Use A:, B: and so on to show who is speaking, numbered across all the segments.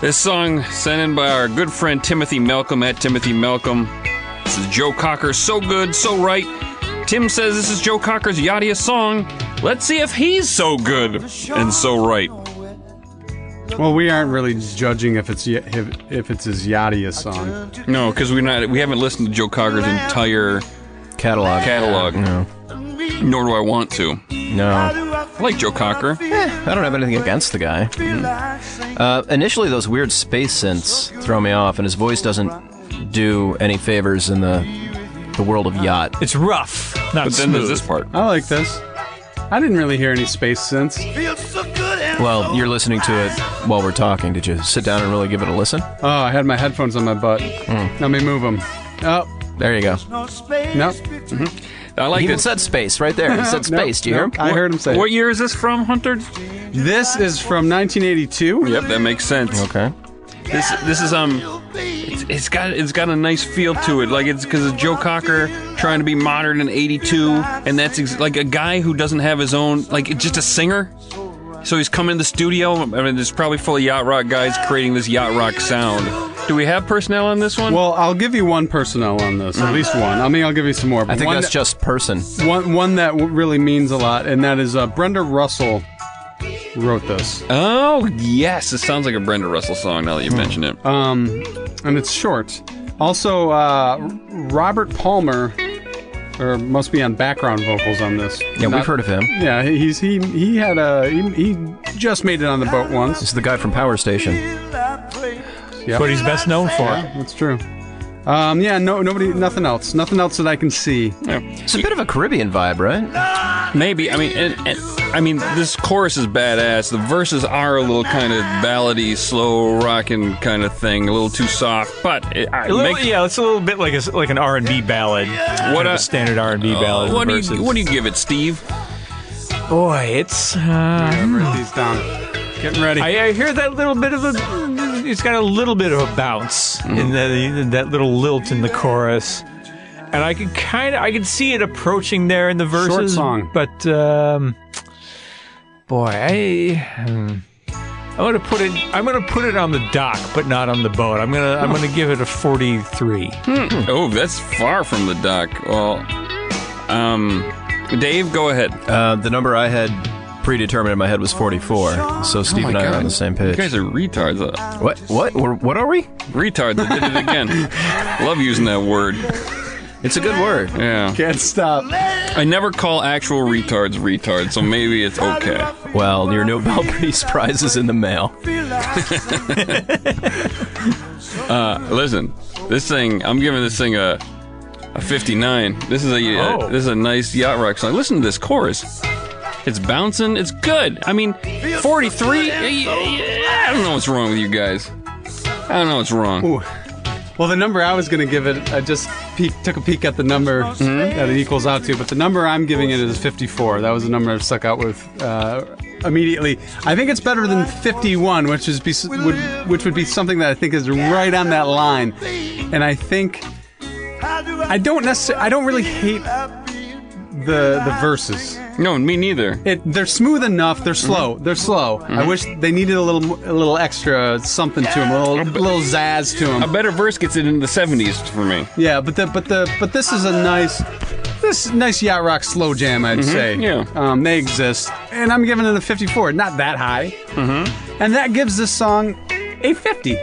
A: This song sent in by our good friend Timothy Malcolm at Timothy Malcolm. This is Joe Cocker, so good, so right. Tim says this is Joe Cocker's yachtiest song. Let's see if he's so good and so right.
B: Well, we aren't really judging if it's y- if, if it's his Yadier song.
A: No, because we're not. We haven't listened to Joe Cocker's entire
C: Catalog.
A: catalog,
C: No.
A: nor do I want to.
C: No.
A: I like Joe Cocker. Mm-hmm.
C: I don't have anything against the guy. Uh, initially, those weird space synths throw me off, and his voice doesn't do any favors in the the world of yacht.
D: It's rough, not
A: But then
D: smooth.
A: there's this part.
B: I like this. I didn't really hear any space sense.
C: Well, you're listening to it while we're talking. Did you sit down and really give it a listen?
B: Oh, I had my headphones on my butt.
C: Hmm.
B: Let me move them. Oh,
C: There you go.
B: no.
A: Mm-hmm. I
C: He
A: like
C: even
A: this.
C: said space right there. He
B: Nope,
C: said space. Do you hear him?
B: nope. I heard him say. it.
A: What year is this from, Hunter?
B: This is from 1982.
A: Yep, that makes sense.
C: Okay.
A: This this is um, it's, it's got it's got a nice feel to it. Like it's because it's Joe Cocker trying to be modern in '82, and that's ex- like a guy who doesn't have his own like it's just a singer. So he's coming in the studio. I mean, it's probably full of yacht rock guys creating this yacht rock sound. Do we have personnel on this one?
B: Well, I'll give you one personnel on this, at least one. I mean, I'll give you some more. But
C: I think
B: one,
C: that's just person.
B: one, one that w- really means a lot, and that is uh, Brenda Russell wrote this,
A: oh yes, it sounds like a Brenda Russell song. Now that
D: Hmm.
A: you mention it,
D: Uh,
B: Um, and it's short. Also, uh, Robert Palmer, or must be on background vocals on this.
C: Yeah,
B: Not-
C: we've heard of him.
B: Yeah, he's he he had a he, he just made it on the boat once.
C: He's the guy from Power Station.
D: It's what he's best known for.
B: That's true. Um, yeah, no, nobody, nothing else, nothing else that I can see.
C: It's a bit of a Caribbean vibe, right?
A: Maybe I mean, and, and, I mean, this chorus is badass. The verses are a little kind of ballady, slow rocking kind of thing, a little too soft. But it, I
D: A little,
A: make,
D: yeah, it's a little bit like a, like an R and B ballad. Kind
A: I-
D: of
A: Oh.
D: a standard R and B ballad?
A: what do
D: versus-
A: you what do you give it, Steve?
D: Boy, it's. Uh,
C: Mm.
B: I've written these down. Getting ready.
D: I, I hear that little bit of a. It's got a little bit of a bounce
A: Mm-hmm.
D: in the, that little lilt in the chorus, and I could kind of I could see it approaching there in the verses.
B: song.
D: but um, boy, I. hmm. I'm gonna put it. I'm gonna put it on the dock, but not on the boat. I'm gonna. I'm gonna give it a 43.
A: Oh, that's far from the dock. Well, um, Dave, go ahead.
C: Uh, the number I had predetermined in my head was 44. So Steve and I are on the same
A: You
C: page.
A: guys are retards. Uh,
C: What? What? We're, what are we?
A: retards. I did it again. Love using that word.
C: It's a good word.
A: Yeah,
B: Can't stop.
A: I never call actual retards retards, so maybe it's okay.
C: Well, your Nobel Peace Prize is in the mail.
A: Uh, Listen, this thing, I'm giving this thing a a 59. This is a, uh
D: Oh.
A: this is a nice yacht rock song. Listen to this chorus. It's bouncing. It's good. I mean, 43. Yeah, yeah, I don't know what's wrong with you guys. I don't know what's wrong.
B: Well, the number I was going to give it, I just peek, took a peek at the number that it equals out to, but the number I'm giving it is 54. That was the number I stuck out with uh, immediately. I think it's better than 51, which is be, would, which would be something that I think is right on that line. And I think I don't necessarily, I don't really hate the the verses.
A: No, me neither.
B: It, they're smooth enough. They're slow. They're slow. I wish they needed a little mo- a little extra something to them, a little, a little zazz to them.
A: A better verse gets it in the 70s for me.
B: Yeah, but the but the but this is a nice this nice yacht rock slow jam, I'd say.
A: yeah.
B: um, they exist, and I'm giving it a 54. Not that high, mm-hmm. and that gives this song a 50.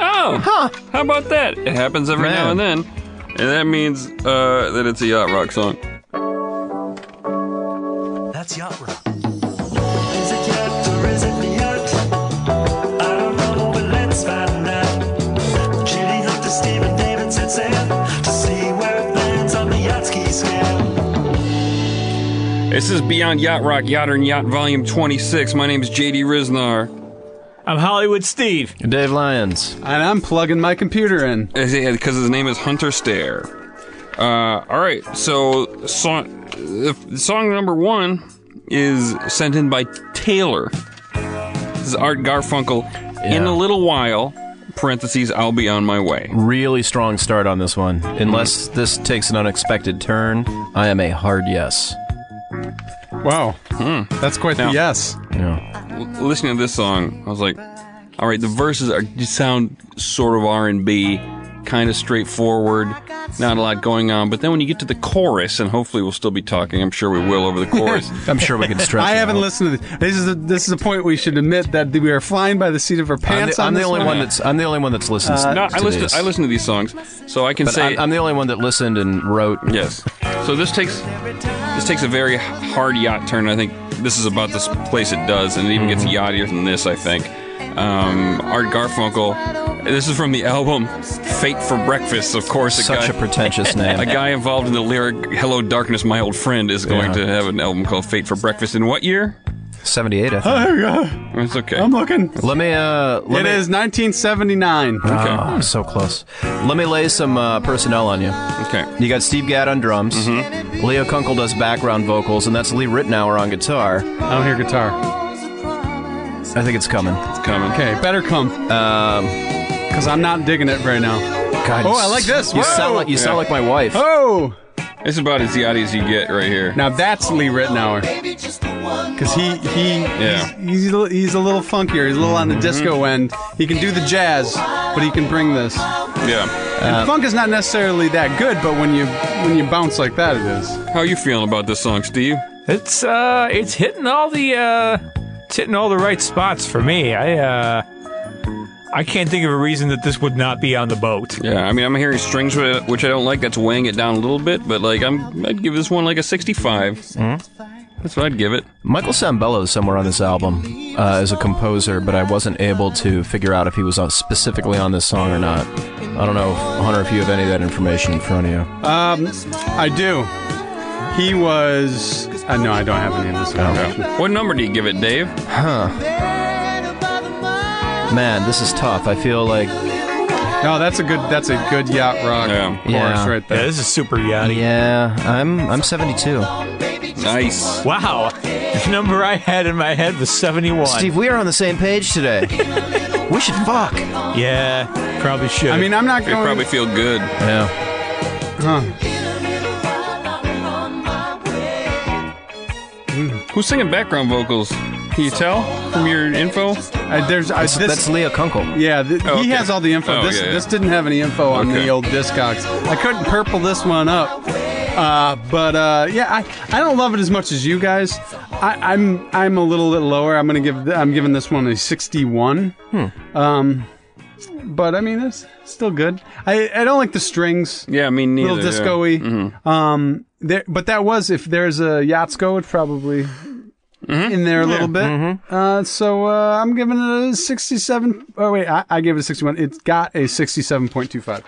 A: Oh, huh? How about that? It happens every now and
C: Man.
A: then, and that means uh, that it's a yacht rock song.
E: That's yacht rock. Is it yacht or is it the yacht? I don't know, but let's find out. Jimmy Hunter, Stephen David set sail to see where it lands on the yacht ski scale.
A: This is Beyond Yacht Rock, Yachter and Yacht Volume 26. My name is JD Riznar.
D: I'm Hollywood Steve.
C: Dave Lyons.
B: And I'm plugging my computer in.
A: because his name is Hunter Stare. Uh, all right, so song, uh, song number one is sent in by Taylor. This is Art Garfunkel. In a little while, parentheses, I'll be on my way.
C: Really strong start on this one. Unless this takes an unexpected turn, I am a hard yes.
B: Wow, that's quite
A: Now-
B: the yes.
C: You know,
A: L- listening to this song, I was like, All right, the verses are just sound sort of R and B, kind of straightforward, not a lot going on. But then when you get to the chorus, and hopefully we'll still be talking. I'm sure we will over the chorus.
C: I'm sure we can stretch.
B: I
C: it
B: haven't
C: out.
B: listened to this. This is a, this is a point we should admit that we are flying by the seat of our
C: I'm
B: pants.
C: the,
B: on
C: I'm the
B: this
C: only
B: one. Uh,
C: one that's. I'm the only one that's listened.
A: no,
C: to
A: I listen.
C: these.
A: I listen to these songs, so I can
C: But
A: say
C: I'm, I'm the only one that listened and wrote.
A: yes. So this takes this takes a very hard yacht turn. I think this is about this place it does, and it even gets yachtier than this. I think. Um, Art Garfunkel. This is from the album "Fate for Breakfast." Of course, a
C: Such
A: guy-
C: a pretentious name.
A: A guy involved in the lyric "Hello, Darkness, My Old Friend" is going
C: Yeah.
A: to have an album called "Fate for Breakfast." In what year? Oh,
C: 78. I think.
B: There we go.
A: It's okay.
B: I'm looking.
C: Let me. Uh, let
B: It
C: me,
B: is 1979.
A: okay.
C: Oh, so close. Let me lay some uh, personnel on you.
A: Okay.
C: You got Steve Gadd on drums.
B: Mm-hmm.
C: Leo Kunkel does background vocals, and that's Lee Ritenour on guitar.
B: I don't hear guitar.
C: I think it's coming.
A: It's coming.
B: Okay, better come. Um, because I'm not digging it right now.
C: God,
B: Oh,
C: you
B: I like
C: s-
B: this.
C: You
B: Whoa.
C: sound like you sound like my wife.
B: Oh,
A: It's about as yachty as you get right here.
B: now that's Lee Ritenour. Because he he
A: Yeah.
B: he's, he's a li- he's a little funkier. He's a little on the disco end. He can do the jazz, but he can bring this.
A: Yeah.
B: And funk is not necessarily that good, but when you when you bounce like that, it is.
A: How are you feeling about this song, Steve?
D: It's uh, it's hitting all the uh, it's hitting all the right spots for me. I uh, I can't think of a reason that this would not be on the boat.
A: Yeah. I mean, I'm hearing strings whi- which I don't like. That's weighing it down a little bit. But like, I'm I'd give this one like a 65.
B: Mm-hmm.
A: That's what I'd give it.
C: Michael Sambello is somewhere on this album uh, as a composer, but I wasn't able to figure out if he was on, specifically on this song or not. I don't know, Hunter, if you have any of that information in front of you.
B: Um, I do. He was. Uh, no, I don't have any of this. information.
A: What number do you give it, Dave?
C: Man, this is tough. I feel like
B: No, that's a good. That's a good yacht rock
A: Yeah.
B: chorus
C: Yeah.
B: right
D: Yeah,
B: there.
D: this is super yachty.
C: yeah, I'm I'm 72.
A: Nice.
D: Wow, the number I had in my head was seventy-one.
C: Steve, we are on the same page today. we should fuck.
D: Yeah, probably should.
B: I mean, I'm not
A: They
B: going.
A: probably feel good.
C: Yeah.
B: huh.
A: Who's singing background vocals? Can you tell from your info?
B: I, there's I, this.
C: That's Leo Kunkel.
B: yeah, th-
A: Oh, okay.
B: he has all the info.
A: Oh,
B: this
A: yeah, yeah.
B: this didn't have any info on
A: Okay.
B: the old Discogs. I couldn't purple this one up. Uh, but uh, yeah, I, I don't love it as much as you guys. I, I'm I'm a little bit lower. I'm gonna give th- I'm giving this one a 61.
A: Hmm.
B: Um, but I mean, it's still good. I I don't like the strings.
A: Yeah, I mean, neither.
B: little disco-y. Um, there, but that was if there's a Yatsko, it's probably in there a little bit. Uh, so uh, I'm giving it a 67. Oh wait, I, I gave it a 61. It's got a 67.25.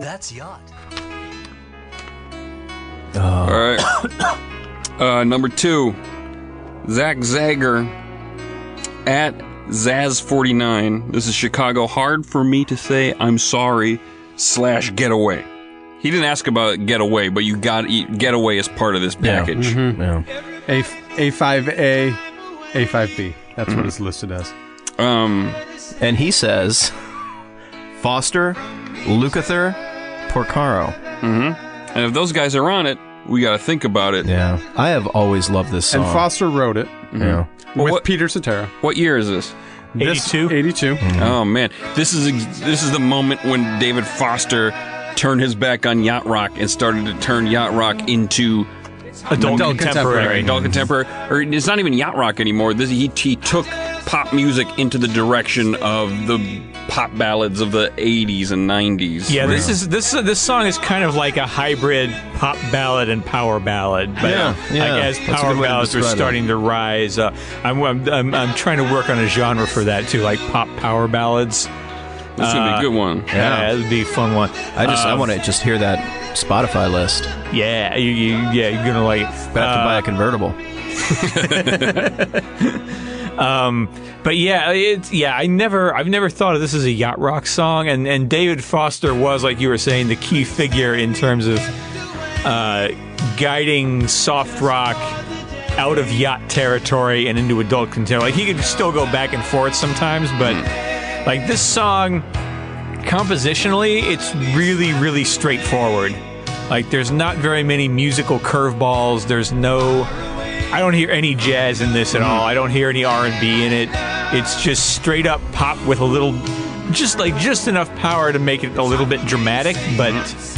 E: That's yacht.
A: All right. Uh, number two, Zach Zager at Zaz49. This is Chicago. Hard for me to say I'm sorry slash getaway. He didn't ask about getaway, but you got eat getaway as part of this package.
C: Yeah.
B: A A5A, A5B. That's what it's listed as.
A: Um,
C: And he says Foster, Lukather, Porcaro.
A: and if those guys are on it, we got to think about it.
C: Yeah. I have always loved this song.
B: And Foster wrote it
C: Yeah.
A: Well,
B: with
A: what,
B: Peter Cetera.
A: what year is this?
B: This-
D: 82?
B: 82.
A: Oh man, this is ex- this is the moment when David Foster turned his back on yacht rock and started to turn yacht rock into
D: adult,
B: Adult
D: contemporary.
B: contemporary.
A: adult contemporary, or it's not even yacht rock anymore. This he, he took pop music into the direction of the pop ballads of the 80s and 90s.
D: Yeah, this is this this song is kind of like a hybrid pop ballad and power ballad. But
C: Yeah, yeah.
D: I guess
C: That's a
D: power
C: good way to
D: ballads are
C: describe it.
D: starting to rise. Uh, I'm, I'm I'm I'm trying to work on a genre for that too, like pop power ballads.
A: this is gonna be a good one.
C: Yeah.
D: Yeah, that'd be a fun one.
C: I just I
D: Um,
C: want to just hear that Spotify list.
D: Yeah, you, you yeah you're gonna like.
C: But I have to
D: uh,
C: buy a convertible.
D: But yeah, it's yeah. I never, I've never thought of this as a yacht rock song, and and David Foster was like you were saying the key figure in terms of uh, guiding soft rock out of yacht territory and into adult contemporary. Like he could still go back and forth sometimes, but like this song, compositionally, it's really really straightforward. Like there's not very many musical curveballs. There's no I don't hear any jazz in this at all. I don't hear any R and B in it. It's just straight up pop with a little, just like just enough power to make it a little bit dramatic, but.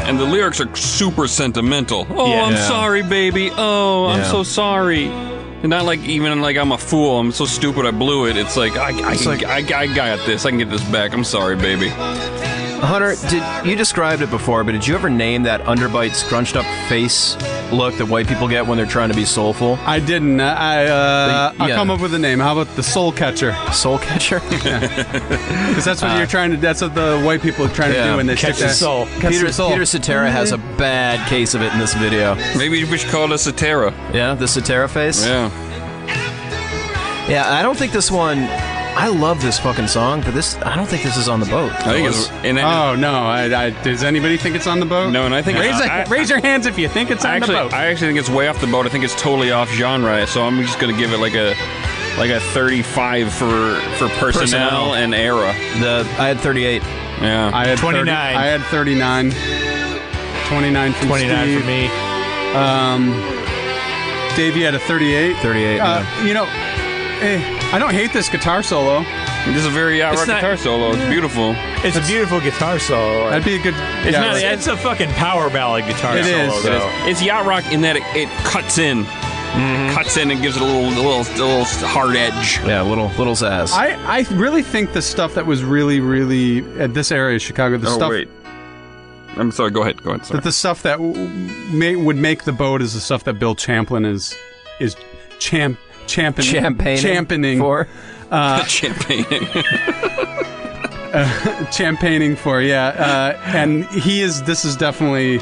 A: And the lyrics are super sentimental. Oh,
D: Yeah.
A: I'm
D: Yeah.
A: sorry, baby. Oh, I'm
C: Yeah.
A: so sorry. And not like even like I'm a fool. I'm so stupid. I blew it. It's like I, I, can-
C: like-
A: I, I got this. I can get this back. I'm sorry, baby.
C: Hunter, did you described it before, but did you ever name that underbite, scrunched up face look that white people get when they're trying to be soulful?
B: I didn't. I, I, uh,
C: The-
B: I'll
C: yeah.
B: come up with a name. How about the soul catcher?
C: Soul catcher?
B: Because that's what you're trying to. That's what the white people are trying to
C: Yeah.
B: do when they stick
C: Catch the
B: their-
D: soul.
B: Catch
C: Peter,
B: the soul.
C: Peter Cetera has a bad case of it in this video.
A: Maybe we should call this a Terra.
C: Yeah, the Cetera face?
A: Yeah.
C: Yeah, I don't think this one. I love this fucking song, but this I don't think this is on the boat.
A: I think it's and I,
B: Oh no! I, I, does anybody think it's on the boat?
A: no, and I think
B: Raise,
A: I,
B: a- raise your hands if you think it's on
A: I actually,
B: the boat.
A: I actually think it's way off the boat. I think it's totally off genre. So I'm just gonna give it like a like a 35 for for personnel,
C: Personnel.
A: and era.
C: the I had 38.
A: Yeah.
B: I had
D: 29.
B: 30 I had 39. 29 from
D: 29
B: Steve.
D: for me.
B: Um, Davey had a 38.
C: 38,
B: Uh,
C: yeah.
B: You know, eh, I don't hate this guitar solo.
A: this is a very yacht
D: It's
A: rock
D: not-
A: guitar solo. It's beautiful.
D: It's a beautiful guitar solo.
B: That'd be a good.
D: It's
B: yeah,
D: not.
B: right.
D: It's a fucking power ballad guitar
B: It
D: solo,
B: is. It
D: though.
A: It's yacht rock in that it, it cuts in, cuts in and gives it a little, a little, a little hard edge.
C: Yeah, little little Zaz.
B: I, I really think the stuff that was really, really at this area of Chicago,
A: Oh,
B: the stuff
A: I'm sorry. Go ahead. Go ahead.
B: that the stuff that w- w- may, would make the boat is the stuff that Bill Champlin is is champ championing
C: Champagne
B: championing
C: for
A: Champagne.
B: champagning for, yeah. Uh, and he is. This is definitely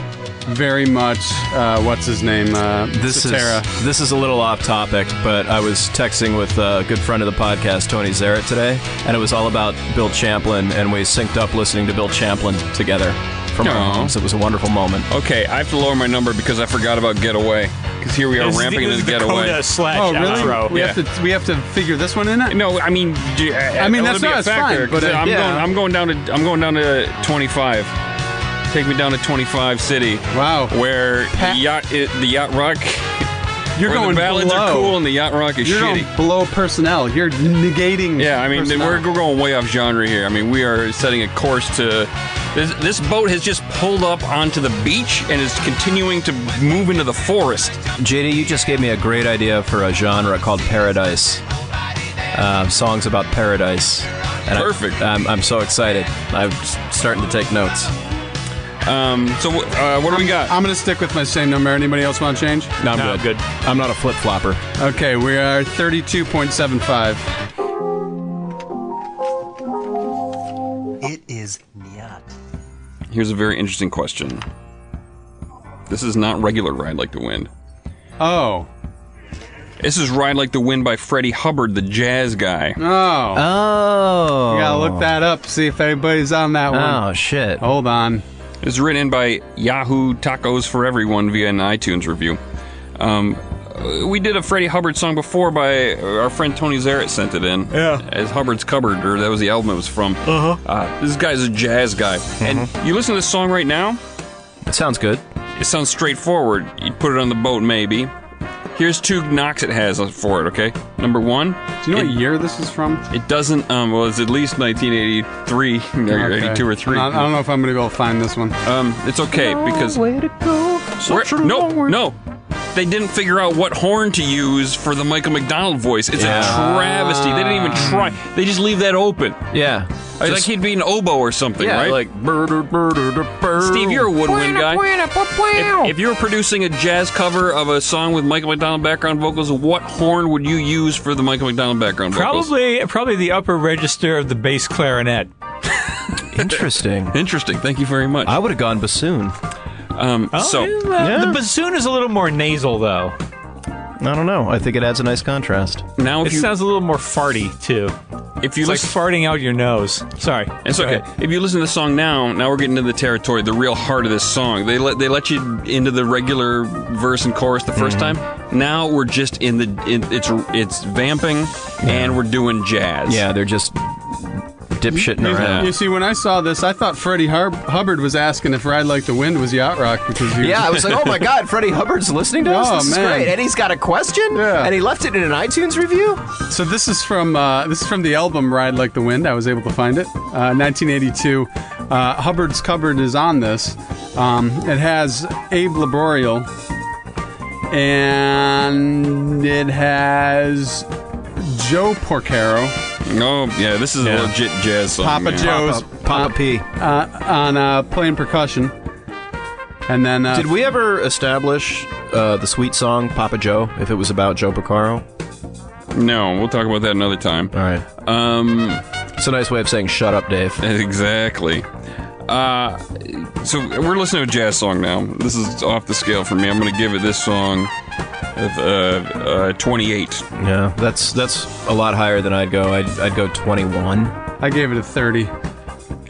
B: very much uh, what's his name. Uh,
C: this
B: Cetera.
C: is this is a little off topic, but I was texting with a good friend of the podcast, Tony Zarrett, today, and it was all about Bill Champlin, and we synced up listening to Bill Champlin together from our
A: Aw.
C: homes. It was a wonderful moment.
A: okay, I have to lower my number because I forgot about getaway. Because here we are
D: This is the-
A: ramping
D: this
A: into
D: is
A: the
D: Dakota
A: getaway.
D: slash
B: Oh, really?
D: outro.
B: We
A: Yeah.
B: have to we have to figure this one in. It?
A: No, I mean, do, I
B: mean,
A: it'll
B: that's
A: be
B: not-
A: a
B: it's
A: factor.
B: fine, but,
A: 'cause
B: uh,
A: I'm
C: yeah.
A: going, I'm going down to, I'm going down to 25. Take me down to 25 City.
B: Wow.
A: Where
B: Pat-
A: the yacht, it, the yacht rock,
B: You're
A: where
B: going
A: the ballads
B: below.
A: are cool and the yacht rock is
B: You're
A: shitty.
B: going below personnel. You're negating.
A: Yeah, I mean,
B: personnel.
A: we're, we're going way off genre here. I mean, we are setting a course to. This, this boat has just pulled up onto the beach and is continuing to move into the forest.
C: JD, you just gave me a great idea for a genre called paradise. Uh, songs about paradise. And I-
A: Perfect.
C: I'm, I'm so excited. I'm s- starting to take notes.
A: Um, so, wh- uh, what do we got?
B: I'm gonna stick with my same number. Anybody else want to change?
C: No, I'm
D: No,
C: good.
D: good.
C: I'm not a flip flopper.
B: Okay, we are 32.75.
E: It is Nyat.
A: Here's a very interesting question. This is not regular Ride Like the Wind.
B: Oh,
A: This is Ride Like the Wind by Freddie Hubbard, the jazz guy.
B: oh. You
C: Oh.
B: gotta look that up. See if anybody's on that one.
C: Oh, shit.
B: Hold on.
A: It's written by Yahoo Tacos for Everyone via an iTunes review. Um, uh, we did a Freddie Hubbard song before by our friend Tony Zarrett sent it in.
D: Yeah.
A: As Hubbard's Cupboard, or that was the album it was from. Uh-huh. this guy's a jazz guy.
B: Uh-huh.
A: And you listen to this song right now,
C: It sounds good.
A: it sounds straightforward. You put it on the boat, maybe. Here's two knocks it has for it, okay? Number one,
B: Do you know what year this is from?
A: it doesn't, um, well, it's at least 1983, or
B: Okay.
A: 82 or 3.
B: I, I don't know if I'm gonna be able to find this one.
A: Um, it's okay because. Where- no, no. They didn't figure out what horn to use for the Michael McDonald voice. It's
C: Yeah.
A: a travesty. They didn't even try. They just leave that open.
C: Yeah.
A: Like- like
C: Just-
A: he'd be an oboe or something,
C: yeah,
A: right?
C: like. burr, burr, burr, burr.
A: Steve, you're a woodwind guy. If, if you were producing a jazz cover of a song with Michael McDonald background vocals, what horn would you use for the Michael McDonald background vocals?
D: Probably, probably the upper register of the bass clarinet.
C: Interesting.
A: Interesting. Thank you very much.
C: I would have gone bassoon.
A: Um, so,
D: Oh. yeah. the bassoon is a little more nasal, though.
C: I don't know. I think it adds a nice contrast.
A: now if
D: It
A: you
D: sounds a little more farty too.
A: if you
D: It's like
A: listen,
D: farting out your nose. Sorry,
A: It's
D: Go
A: okay.
D: ahead.
A: If you listen to the song now, now we're getting into the territory, the real heart of this song. They let they let you into the regular verse and chorus the 1st time. Now we're just in the in, it's it's vamping and we're doing jazz.
C: Yeah, they're just dipshitting
B: You-
C: around.
B: You see, when I saw this, I thought Freddie Hub- Hubbard was asking if "Ride Like the Wind" was yacht rock because he was-
C: Yeah, I was like, oh my god, Freddie Hubbard's listening to us.
B: Oh,
C: this is
B: man.
C: great, and he's got a question,
B: Yeah.
C: and he left it in an iTunes review.
B: So this is from uh, this is from the album "Ride Like the Wind." I was able to find it, uh, 1982. Uh, Hubbard's cupboard is on this. Um, it has Abe Laboriel, and it has Joe Porcaro,
A: No, Oh, yeah, this is a legit jazz song.
B: Papa
A: man.
B: Joe's
C: Papa P.
B: uh, on uh, playing percussion, and then uh,
C: Did we ever establish uh, the sweet song Papa Joe? If it was about Joe Picaro,
A: No, we'll talk about that another time.
C: all right.
A: Um,
C: It's a nice way of saying shut up, Dave.
A: Exactly. Uh, so we're listening to a jazz song now. This is off the scale for me. I'm going to give it this song of, uh, uh, 28.
C: Yeah, that's that's a lot higher than I'd go. I'd, I'd go 21.
B: I gave it a 30.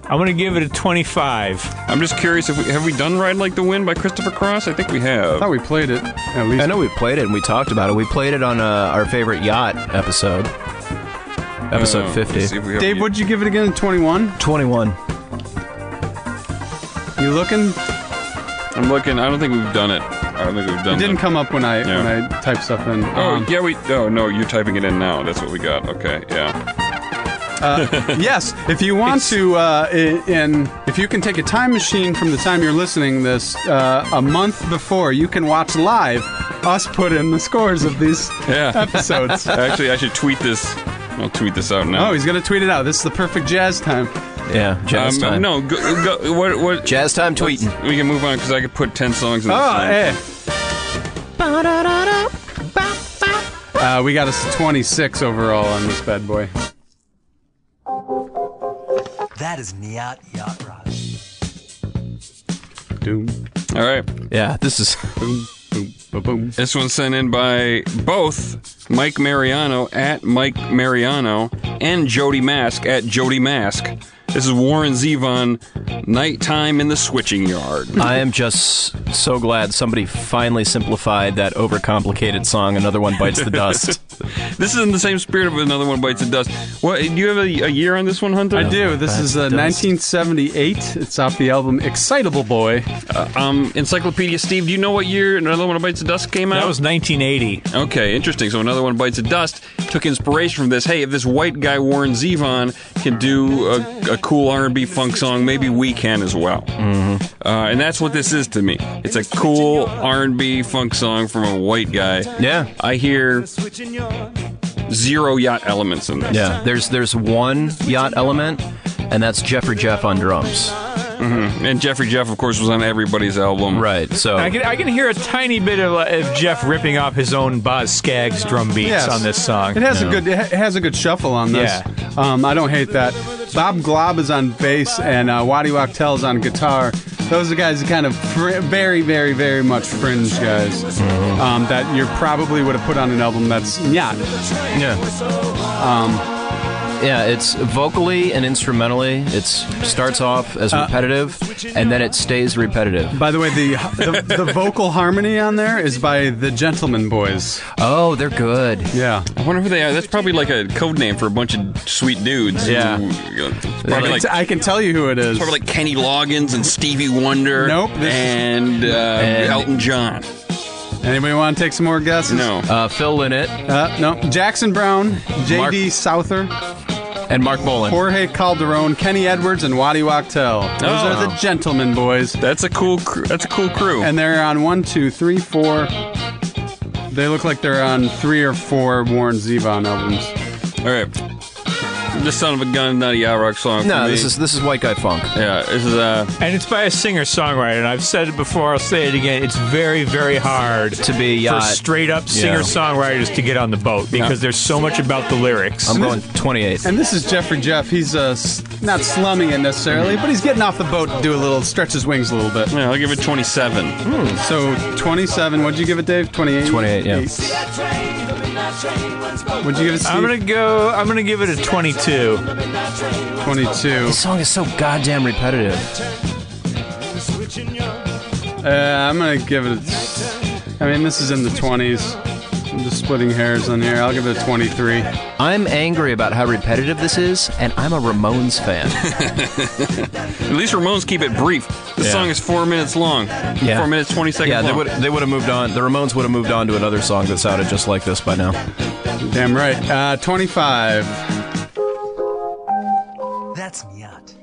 D: I'm gonna give it a 25.
A: I'm just curious if we have we done "Ride Like the Wind" by Christopher Cross. I think we have.
B: I thought we played it at least.
C: I know we played it and we talked about it. We played it on uh, our favorite yacht episode, episode
A: Uh, let's see
C: 50.
A: if we have-
B: Dave, would you give it again? 21.
C: 21.
B: You looking?
A: I'm looking. I don't think we've done it. I don't think we've done.
B: It didn't
A: that.
B: come up when I
A: Yeah.
B: when I typed stuff in.
A: Oh
B: Um,
A: yeah, we. Oh no, you're typing it in now. That's what we got. Okay, yeah.
B: yes, if you want to, uh, i- in if you can take a time machine from the time you're listening this uh, a month before, you can watch live us put in the scores of these
A: Yeah.
B: episodes.
A: Actually, I should tweet this. I'll tweet this out now.
B: oh, he's gonna tweet it out. This is the perfect jazz time.
C: Yeah, jazz
A: um,
C: time.
A: no. Go, go, what? What?
C: Jazz time tweeting.
A: We can move on because I could put ten songs in. this
B: Oh,
A: song.
B: hey. Uh, we got us 26 overall on this bad boy.
E: That is Niat Yacht Rock.
B: Doom,
A: All right.
C: Yeah, this is
B: boom, boom, ba boom.
A: This one's sent in by both Mike Mariano at Mike Mariano and Jody Mask at Jody Mask. This is Warren Zevon, Nighttime in the Switching Yard.
C: I am just so glad somebody finally simplified that overcomplicated song. Another one bites the dust.
A: This is in the same spirit of Another One Bites the Dust. What, do you have a, a year on this one, Hunter?
B: I do. This is uh,
C: Bad dust.
B: 1978. It's off the album Excitable Boy.
A: Um, Encyclopedia Steve, do you know what year Another One Bites the Dust came out?
D: That was 1980.
A: Okay, interesting. So another one bites the dust. Took inspiration from this. Hey, if this white guy Warren Zevon can do a, a cool R&B funk song, maybe we can as well. Mm-hmm. Uh, and that's what this is to me. It's a cool R&B funk song from a white guy.
C: Yeah.
A: I hear zero yacht elements in this.
C: Yeah, there's there's one yacht element, and that's Jeffrey Jeff on drums.
A: And Jeffrey Jeff, of course, was on everybody's album.
C: Right. So
D: I can I can hear a tiny bit of, uh, of Jeff ripping off his own Boz Scaggs drum beats
B: Yes.
D: on this song.
B: It has a good it ha- has a good shuffle on this.
D: Yeah.
B: Um, I don't hate that. Bob Glob is on bass and uh, Waddy Wachtel's on guitar. Those are guys that kind of fr- very, very, very much fringe guys um, that you probably would have put on an album that's yeah.
C: yeah. Um, yeah, it's vocally and instrumentally. It starts off as
D: Uh,
C: repetitive, and then it stays repetitive.
B: By the way, the, the the vocal harmony on there is by the Gentleman Boys.
C: Oh, they're good.
B: Yeah,
A: I wonder who they are. That's probably like a code name for a bunch of sweet dudes.
C: Yeah.
A: Who,
B: I
A: probably
B: can,
A: like
B: t- I can tell you who it is.
A: Sort of like Kenny Loggins and Stevie Wonder.
B: Nope, this is-
A: And, uh,
C: And-
A: Elton John.
B: Anybody want to take some more guesses?
A: No.
C: Uh, Phil Lynott
B: Uh, no. Jackson Brown, J.D. Souther,
C: and Mark Bolan.
B: Jorge Calderon, Kenny Edwards, and Waddy Wachtel. Those are
A: Oh.
B: the Gentleman Boys.
A: That's a cool. Cr- that's a cool crew.
B: and they're on one, two, three, four. They look like they're on three or four Warren Zevon albums.
A: All right. The son of a gun, not a yacht rock song.
C: No,
A: for me.
C: this is this is white guy funk.
A: Yeah, this is uh.
D: And it's by a singer songwriter, and I've said it before, I'll say it again. It's very, very hard
C: To be
D: for
C: yacht.
D: straight up singer songwriters to get on the boat because there's so much about the lyrics.
C: I'm going 28.
B: And this is Jeffrey Jeff. He's uh, s- not slumming it necessarily, but he's getting off the boat to do a little stretch his wings a little bit.
A: Yeah, I'll give it 27.
B: So 27. What'd you give it, Dave? 28.
C: 28, yeah.
B: What'd you give it, Steve?
D: I'm gonna go. I'm gonna give it a 22.
B: 22.
C: This song is so goddamn repetitive.
B: Uh, I'm gonna give it. A, I mean, this is in the 20s. I'm just splitting hairs on here. I'll give it a 23.
C: I'm angry about how repetitive this is, and I'm a Ramones fan.
A: At least Ramones keep it brief. This
C: Yeah.
A: song is four minutes long.
C: Yeah.
A: Four minutes, 20 seconds
C: yeah, they
A: long.
C: would they would have moved on. The Ramones would have moved on to another song that sounded just like this by now.
B: Damn right. Uh, 25.
E: That's Nyat.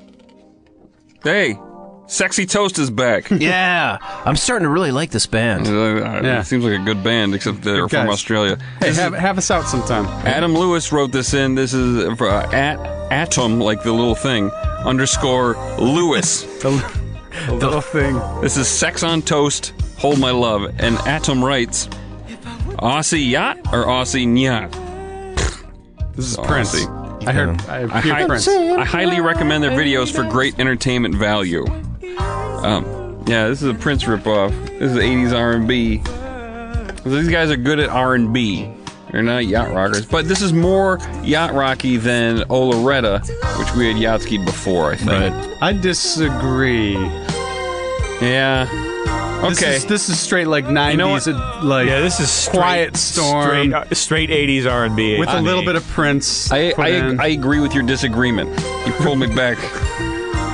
A: Hey, Sexy Toast is back. Uh,
C: Yeah, I'm starting to really like this band.
A: It seems like a good band, except they're
B: Good
A: from
B: guys.
A: Australia.
B: Hey, have, have us out sometime.
A: Adam Lewis wrote this in. This is uh, for, uh, at atom, like the little thing, underscore Lewis.
B: The, the little thing.
A: This is Sex on Toast, Hold My Love. And Atom writes, Aussie Yacht or Aussie Nyat?
B: This is
A: Oh, I
B: Prince.
A: see.
B: I heard. I
A: I,
B: hear
A: hi-
B: Prince.
A: I highly recommend their videos for great entertainment value. Um, yeah, this is a Prince ripoff. This is 80s R&B. These guys are good at R&B. They're not yacht rockers, but this is more yacht rocky than Oloretta, which we had yachtskied before, I think.
C: Right.
B: I disagree.
A: Yeah.
B: This
A: Okay.
B: is, this is straight like 90s.
A: know what?
B: uh, like
D: Yeah, this is straight,
B: Quiet Storm.
D: straight, uh, straight 80s R&B.
B: with a
D: a
B: little bit of Prince.
A: I,
B: put
A: I,
B: in.
A: I agree with your disagreement. You pulled me back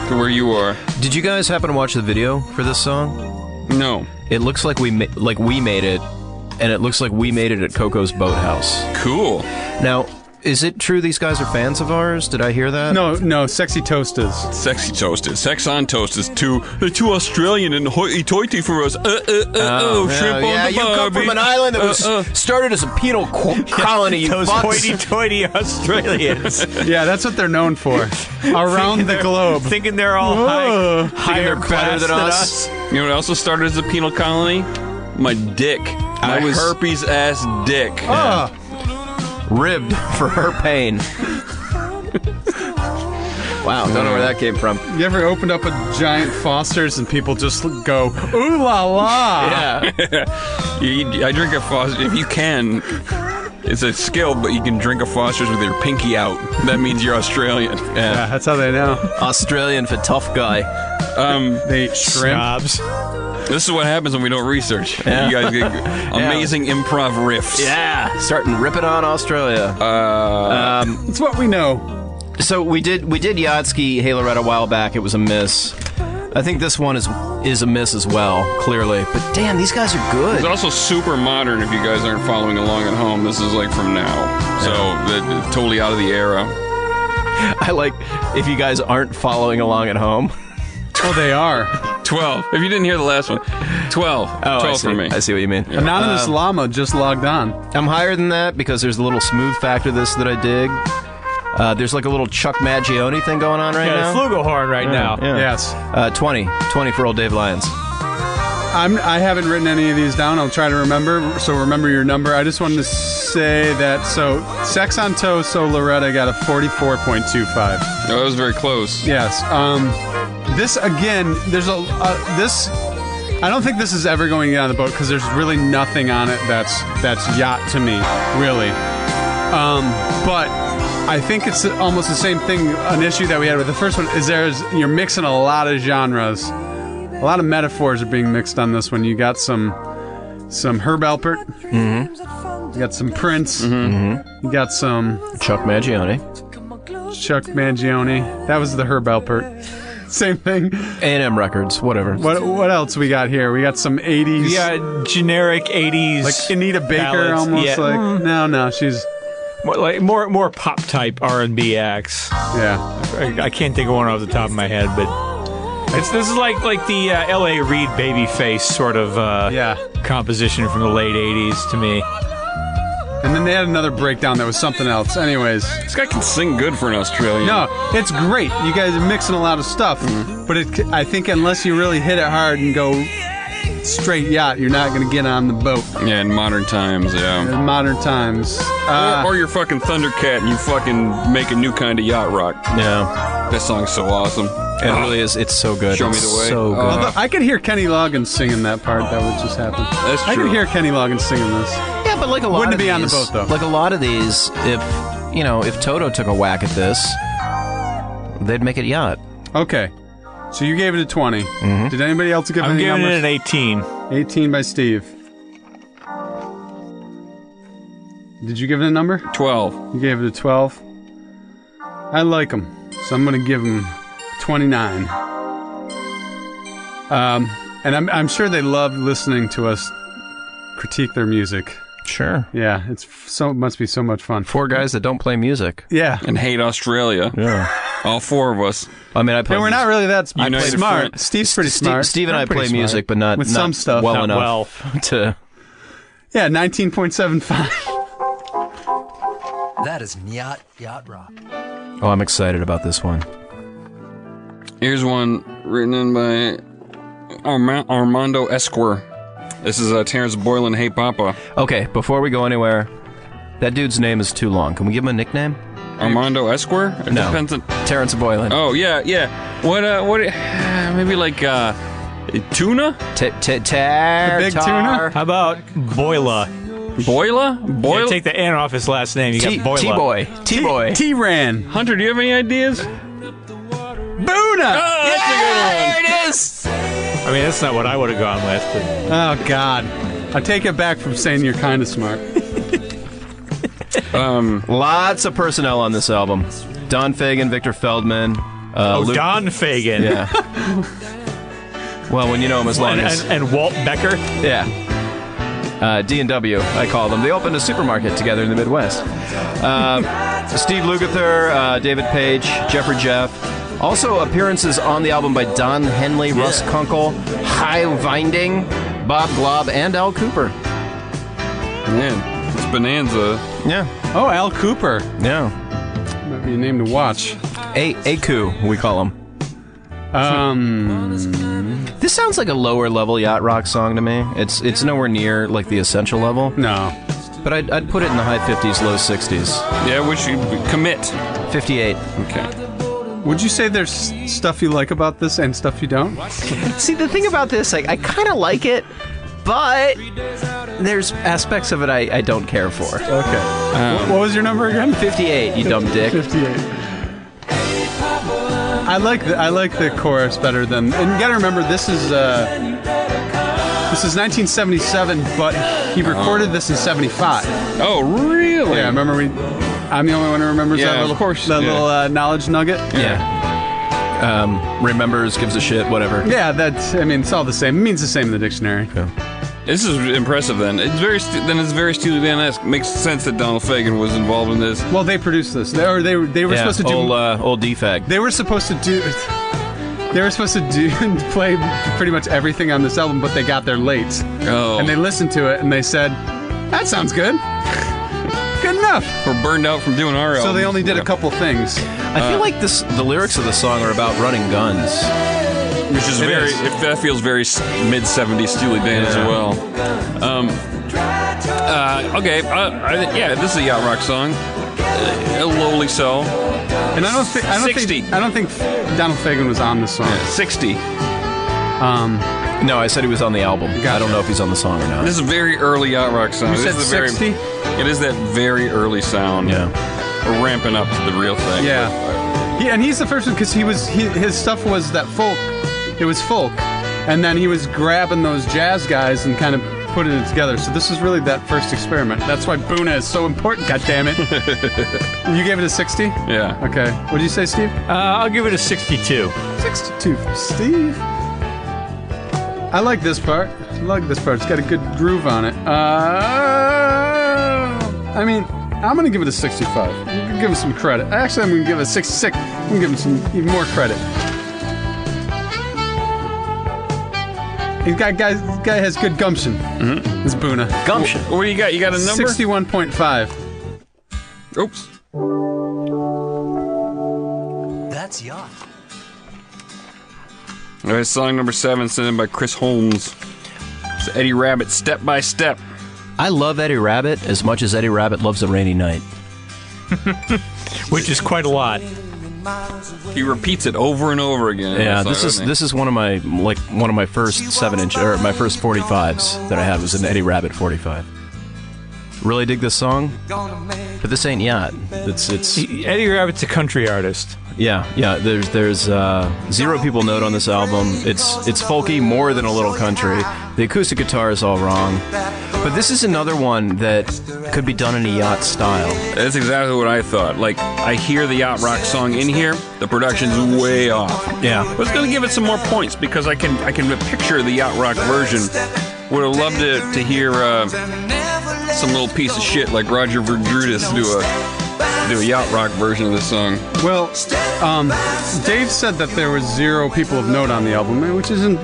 A: to where you are.
C: Did you guys happen to watch the video for this song?
A: No.
C: It looks like we ma- like we made it, and it looks like we made it at Coco's Boathouse.
A: Cool.
C: Now, is it true these guys are fans of ours? Did I hear that?
B: no, no, sexy toasters.
A: Sexy toast is sex on toast is too they're too Australian and hoity toity for us. Uh uh uh oh,
C: yeah,
A: shrimp
C: yeah,
A: on the
C: you come
A: barbie.
C: from an island that
A: Uh,
C: was
A: uh.
C: started as a penal co- colony. you
D: Those
C: fucks.
D: hoity-toity Australians
B: Yeah, that's what they're known for. Around the globe.
D: thinking they're all
B: Whoa.
D: high,
B: Thinking
D: higher
C: they're better
D: class
C: than
D: than,
C: us.
D: us.
A: You know what also started as a penal colony? My dick. My
C: I was- Oh.
A: herpes ass dick.
B: Ah,
C: ribbed for her pain. wow, don't know where that came from.
B: you ever opened up a giant Foster's and people just go, "Ah." ooh la la.
C: Yeah.
A: You- you- I drink a Foster's if you can. It's a skill, but you can drink a Foster's with your pinky out. That means you're Australian.
B: Yeah, that's how they know.
C: Australian for tough guy.
B: They eat shrimp.
D: Snobs.
A: This is what happens when we don't research. You guys get amazing improv riffs.
C: Yeah. Starting ripping on Australia.
A: Uh,
C: um,
B: It's what we know.
C: so we did we did Yatsky Halo Red a while back. It was a miss. I think this one is is a miss as well, clearly. But damn, these guys are
A: It's
C: good.
A: also super modern if you guys aren't following along at home. This is like from now. So the, totally out of the era.
C: I like if you guys aren't following along at home.
B: Oh, they are.
A: 12. If you didn't hear the last one, 12. 12
C: Oh, I see.
A: for me.
C: I see what you mean.
B: Anonymous Llama just logged on.
C: I'm higher than that because there's a little smooth factor to this that I dig. Uh, there's like a little Chuck Maggione thing going on right
D: Yeah,
C: now.
D: the flugelhorn right now.
B: Yes.
C: Uh, 20. 20 for old Dave Lyons.
B: I'm, I haven't written any of these down. I'll try to remember. So remember your number. I just wanted to say that. So Sex on Toast, so Loretta got a 44.25.
A: Oh, that was very close.
B: Yes. Um, this again. There's a uh, this. I don't think this is ever going to get on the boat because there's really nothing on it that's that's yacht to me, really. Um, but I think it's almost the same thing. An issue that we had with the first one is there's you're mixing a lot of genres, a lot of metaphors are being mixed on this one. You got some some Herb Alpert, Mm-hmm. you got some Prince, you got some
C: Chuck Maggione.
B: Chuck Mangione. That was the Herb Alpert. Same thing.
C: A&M Records, whatever.
B: What what else we got here? We got some '80s,
D: You got uh, generic 80s.
B: like Anita Baker,
D: ballads.
B: almost
D: Yeah. Mm. Mm-hmm.
B: like no, no, she's
D: More, like more more pop type R and B acts.
B: yeah,
D: I, I can't think of one off the top of my head, but it's this is like like the uh, L.A. Reid Babyface sort of uh,
B: Yeah.
D: composition from the late '80s to me.
B: and then they had another breakdown that was something else. Anyways,
A: This guy can sing good for an Australian.
B: no, it's great. You guys are mixing a lot of stuff,
D: Mm-hmm.
B: but it, I think unless you really hit it hard and go straight yacht, you're not gonna get on the boat
A: Yeah, in modern times,
B: in
A: yeah.
B: modern times. Uh,
A: or, or you're fucking Thundercat and you fucking make a new kind of yacht rock.
C: Yeah.
A: That song's so awesome.
C: It really is. It's so good.
A: Show me
C: It's
A: the way.
C: so good.
A: Uh,
B: although I could hear Kenny Loggins singing that part that would just happen.
A: That's
B: I
A: true.
B: could hear Kenny Loggins singing this.
C: yeah, but like a lot
B: Wouldn't
C: of
B: it be
C: these,
B: on the boat, though?
C: Like a lot of these, if, you know, if Toto took a whack at this, they'd make it yacht.
B: Okay. So you gave it a 20. Did anybody else give it
D: I'm
B: any
D: giving it
B: numbers?
D: an 18.
B: 18 by Steve. Did you give it a number?
A: 12.
B: You gave it a 12. I like him, so I'm going to give him 29. Um, and I'm, I'm sure they love listening to us critique their music.
C: Sure.
B: Yeah, it's f- so must be so much fun.
C: Four guys that don't play music.
B: Yeah,
A: And hate Australia.
C: Yeah.
A: All four of us.
C: I mean, I play.
B: and we're not really that
A: You know,
B: smart. smart. Steve's pretty
C: Steve,
B: smart.
C: Steve and
B: I'm
C: I
B: pretty
C: play
B: smart.
C: music, but not
B: with
C: not
B: some stuff.
C: well
D: Not
C: enough
D: well.
C: to.
B: yeah, 19.75.
F: That is Nyat Yacht Rock.
C: Oh, I'm excited about this one.
A: Here's one written in by Arma- Armando Esquer. This is uh, Terrence Boylan, Hey Papa.
C: Okay, before we go anywhere, that dude's name is too long. Can we give him a nickname?
A: Armando Esquer? It
C: No.
A: depends on-
C: Terrence Boylan.
A: Oh, yeah, yeah. What, uh, what, maybe like, uh, tuna?
C: T- t- tar,
B: The big
C: tar.
D: How about Boila?
A: Boiler? Boiler?
D: Yeah, take the N off his last name. You
C: T
D: got Boila.
C: boy. T boy.
B: T ran.
A: Hunter, do you have any ideas?
B: Boona.
A: Oh, that's a good one.
C: There it is.
D: I mean, that's not what I would have gone with. But.
C: Uh,
B: Oh God, I take it back from saying you're kind of smart.
A: Um,
C: Lots of personnel on this album. Don Fagan, Victor Feldman. Uh,
D: Oh,
C: Luke-
D: Don Fagan.
C: Yeah. well, when you know him as long
D: And,
C: as
D: and, and Walt Becker.
C: yeah. Uh, D and W, I call them. They opened a supermarket together in the Midwest. Uh, Steve Lukather, uh, David Page, Jeffrey Jeff. Also appearances on the album by Don Henley, Russ Kunkel, High Vinding, Bob Glob, and Al Cooper.
A: Man, it's Bonanza.
C: Yeah,
B: Oh, Al Cooper.
C: yeah.
B: Might be a name to watch.
C: A Aku, we call him.
B: Um,
C: This sounds like a lower level yacht rock song to me. It's it's nowhere near like the essential level,
B: no.
C: but I'd, I'd put it in the high 50s, low 60s.
A: Yeah, which you commit.
C: 58.
A: Okay.
B: Would you say there's stuff you like about this and stuff you don't?
C: See, the thing about this, like, I kind of like it, but there's aspects of it I, I don't care for.
B: Okay. Wh- what was your number again?
C: 58, you dumb dick.
B: 58. I like the I like the chorus better than and you gotta remember this is uh this is 1977 but he
A: Uh-huh.
B: recorded this in 75
A: Oh, really?
B: yeah remember we I'm the only one who remembers
A: Yeah,
B: that
A: of
B: little
A: course,
B: that
A: yeah.
B: little uh, knowledge nugget
C: Yeah. Um, remembers, gives a shit, whatever.
B: yeah that's I mean it's all the same it means the same in the dictionary
A: This is impressive. Then it's very st- then it's very Steely Dan esque. Makes sense that Donald Fagen was involved in this.
B: well they produced this they, or they were- they were
C: Yeah,
B: supposed to do
C: old, uh, old defag.
B: they were supposed to do they were supposed to do play pretty much everything on this album but they got there late
A: Oh,
B: and they listened to it and they said, "That sounds good, good enough."
A: were burned out from doing our.
B: So they
A: albums.
B: only did
A: Yeah.
B: a couple things.
C: I feel like this. Uh, the lyrics of the song are about running guns.
A: which is very.
B: is.
A: If that feels very mid '70s Steely Dan as
C: Yeah.
A: well. Um, uh, okay, uh, I, yeah, this is a yacht rock song. Uh, lowly so.
B: And I don't think I don't
A: 60.
B: think I don't think Donald Fagen was on this song.
A: Sixty.
B: Um,
C: No, I said he was on the album. I don't know if he's on the song or not.
A: This is a very early yacht rock sound.
B: You
A: This
B: said
A: is a very-
B: 60?
A: It is that very early sound.
C: yeah.
A: We're ramping up to the real thing.
B: yeah, he, and he's the first one because he was he, his stuff was that folk. It was folk, and then he was grabbing those jazz guys and kind of putting it together. So this is really that first experiment. That's why Boona is so important. God damn it! you gave it a sixty.
A: Yeah.
B: Okay, what did you say, Steve?
D: Uh, I'll give it a 62.
B: 62 from Steve. I like this part. I like this part. It's got a good groove on it. Uh, I mean, I'm going to give it a 65. I'm going to give him some credit. Actually, I'm going to give it a 66. I'm going to give him some even more credit. He's got guys. This guy has good gumption. Mm-hmm. It's Boona.
C: Gumption.
A: What do you got? You got a number?
B: 61.5.
A: Oops.
F: That's Yacht.
A: All right, song number seven, sent in by Chris Holmes. It's Eddie Rabbit, Step by Step.
C: I love Eddie Rabbit as much as Eddie Rabbit loves a rainy night.
D: Which is quite a lot.
A: He repeats it over and over again. in
C: Yeah,
A: that song,
C: this is
A: doesn't he?
C: this is one of my like one of my first seven inch or my first forty fives that I had was an Eddie Rabbit forty five. Really dig this song, but this ain't yacht. It's it's
D: Eddie Rabbit's a country artist.
C: Yeah, yeah. There's there's uh, zero people note on this album. It's it's folky more than a little country. The acoustic guitar is all wrong, but this is another one that could be done in a yacht style.
A: That's exactly what I thought. Like, I hear the yacht rock song in here, the production's way off.
C: Yeah.
A: I was gonna give it some more points because I can I can picture the yacht rock version. Would have loved to to hear uh, some little piece of shit like Roger Verdrudis do a do a yacht rock version of this song.
B: Well, um, Dave said that there was zero people of note on the album, which isn't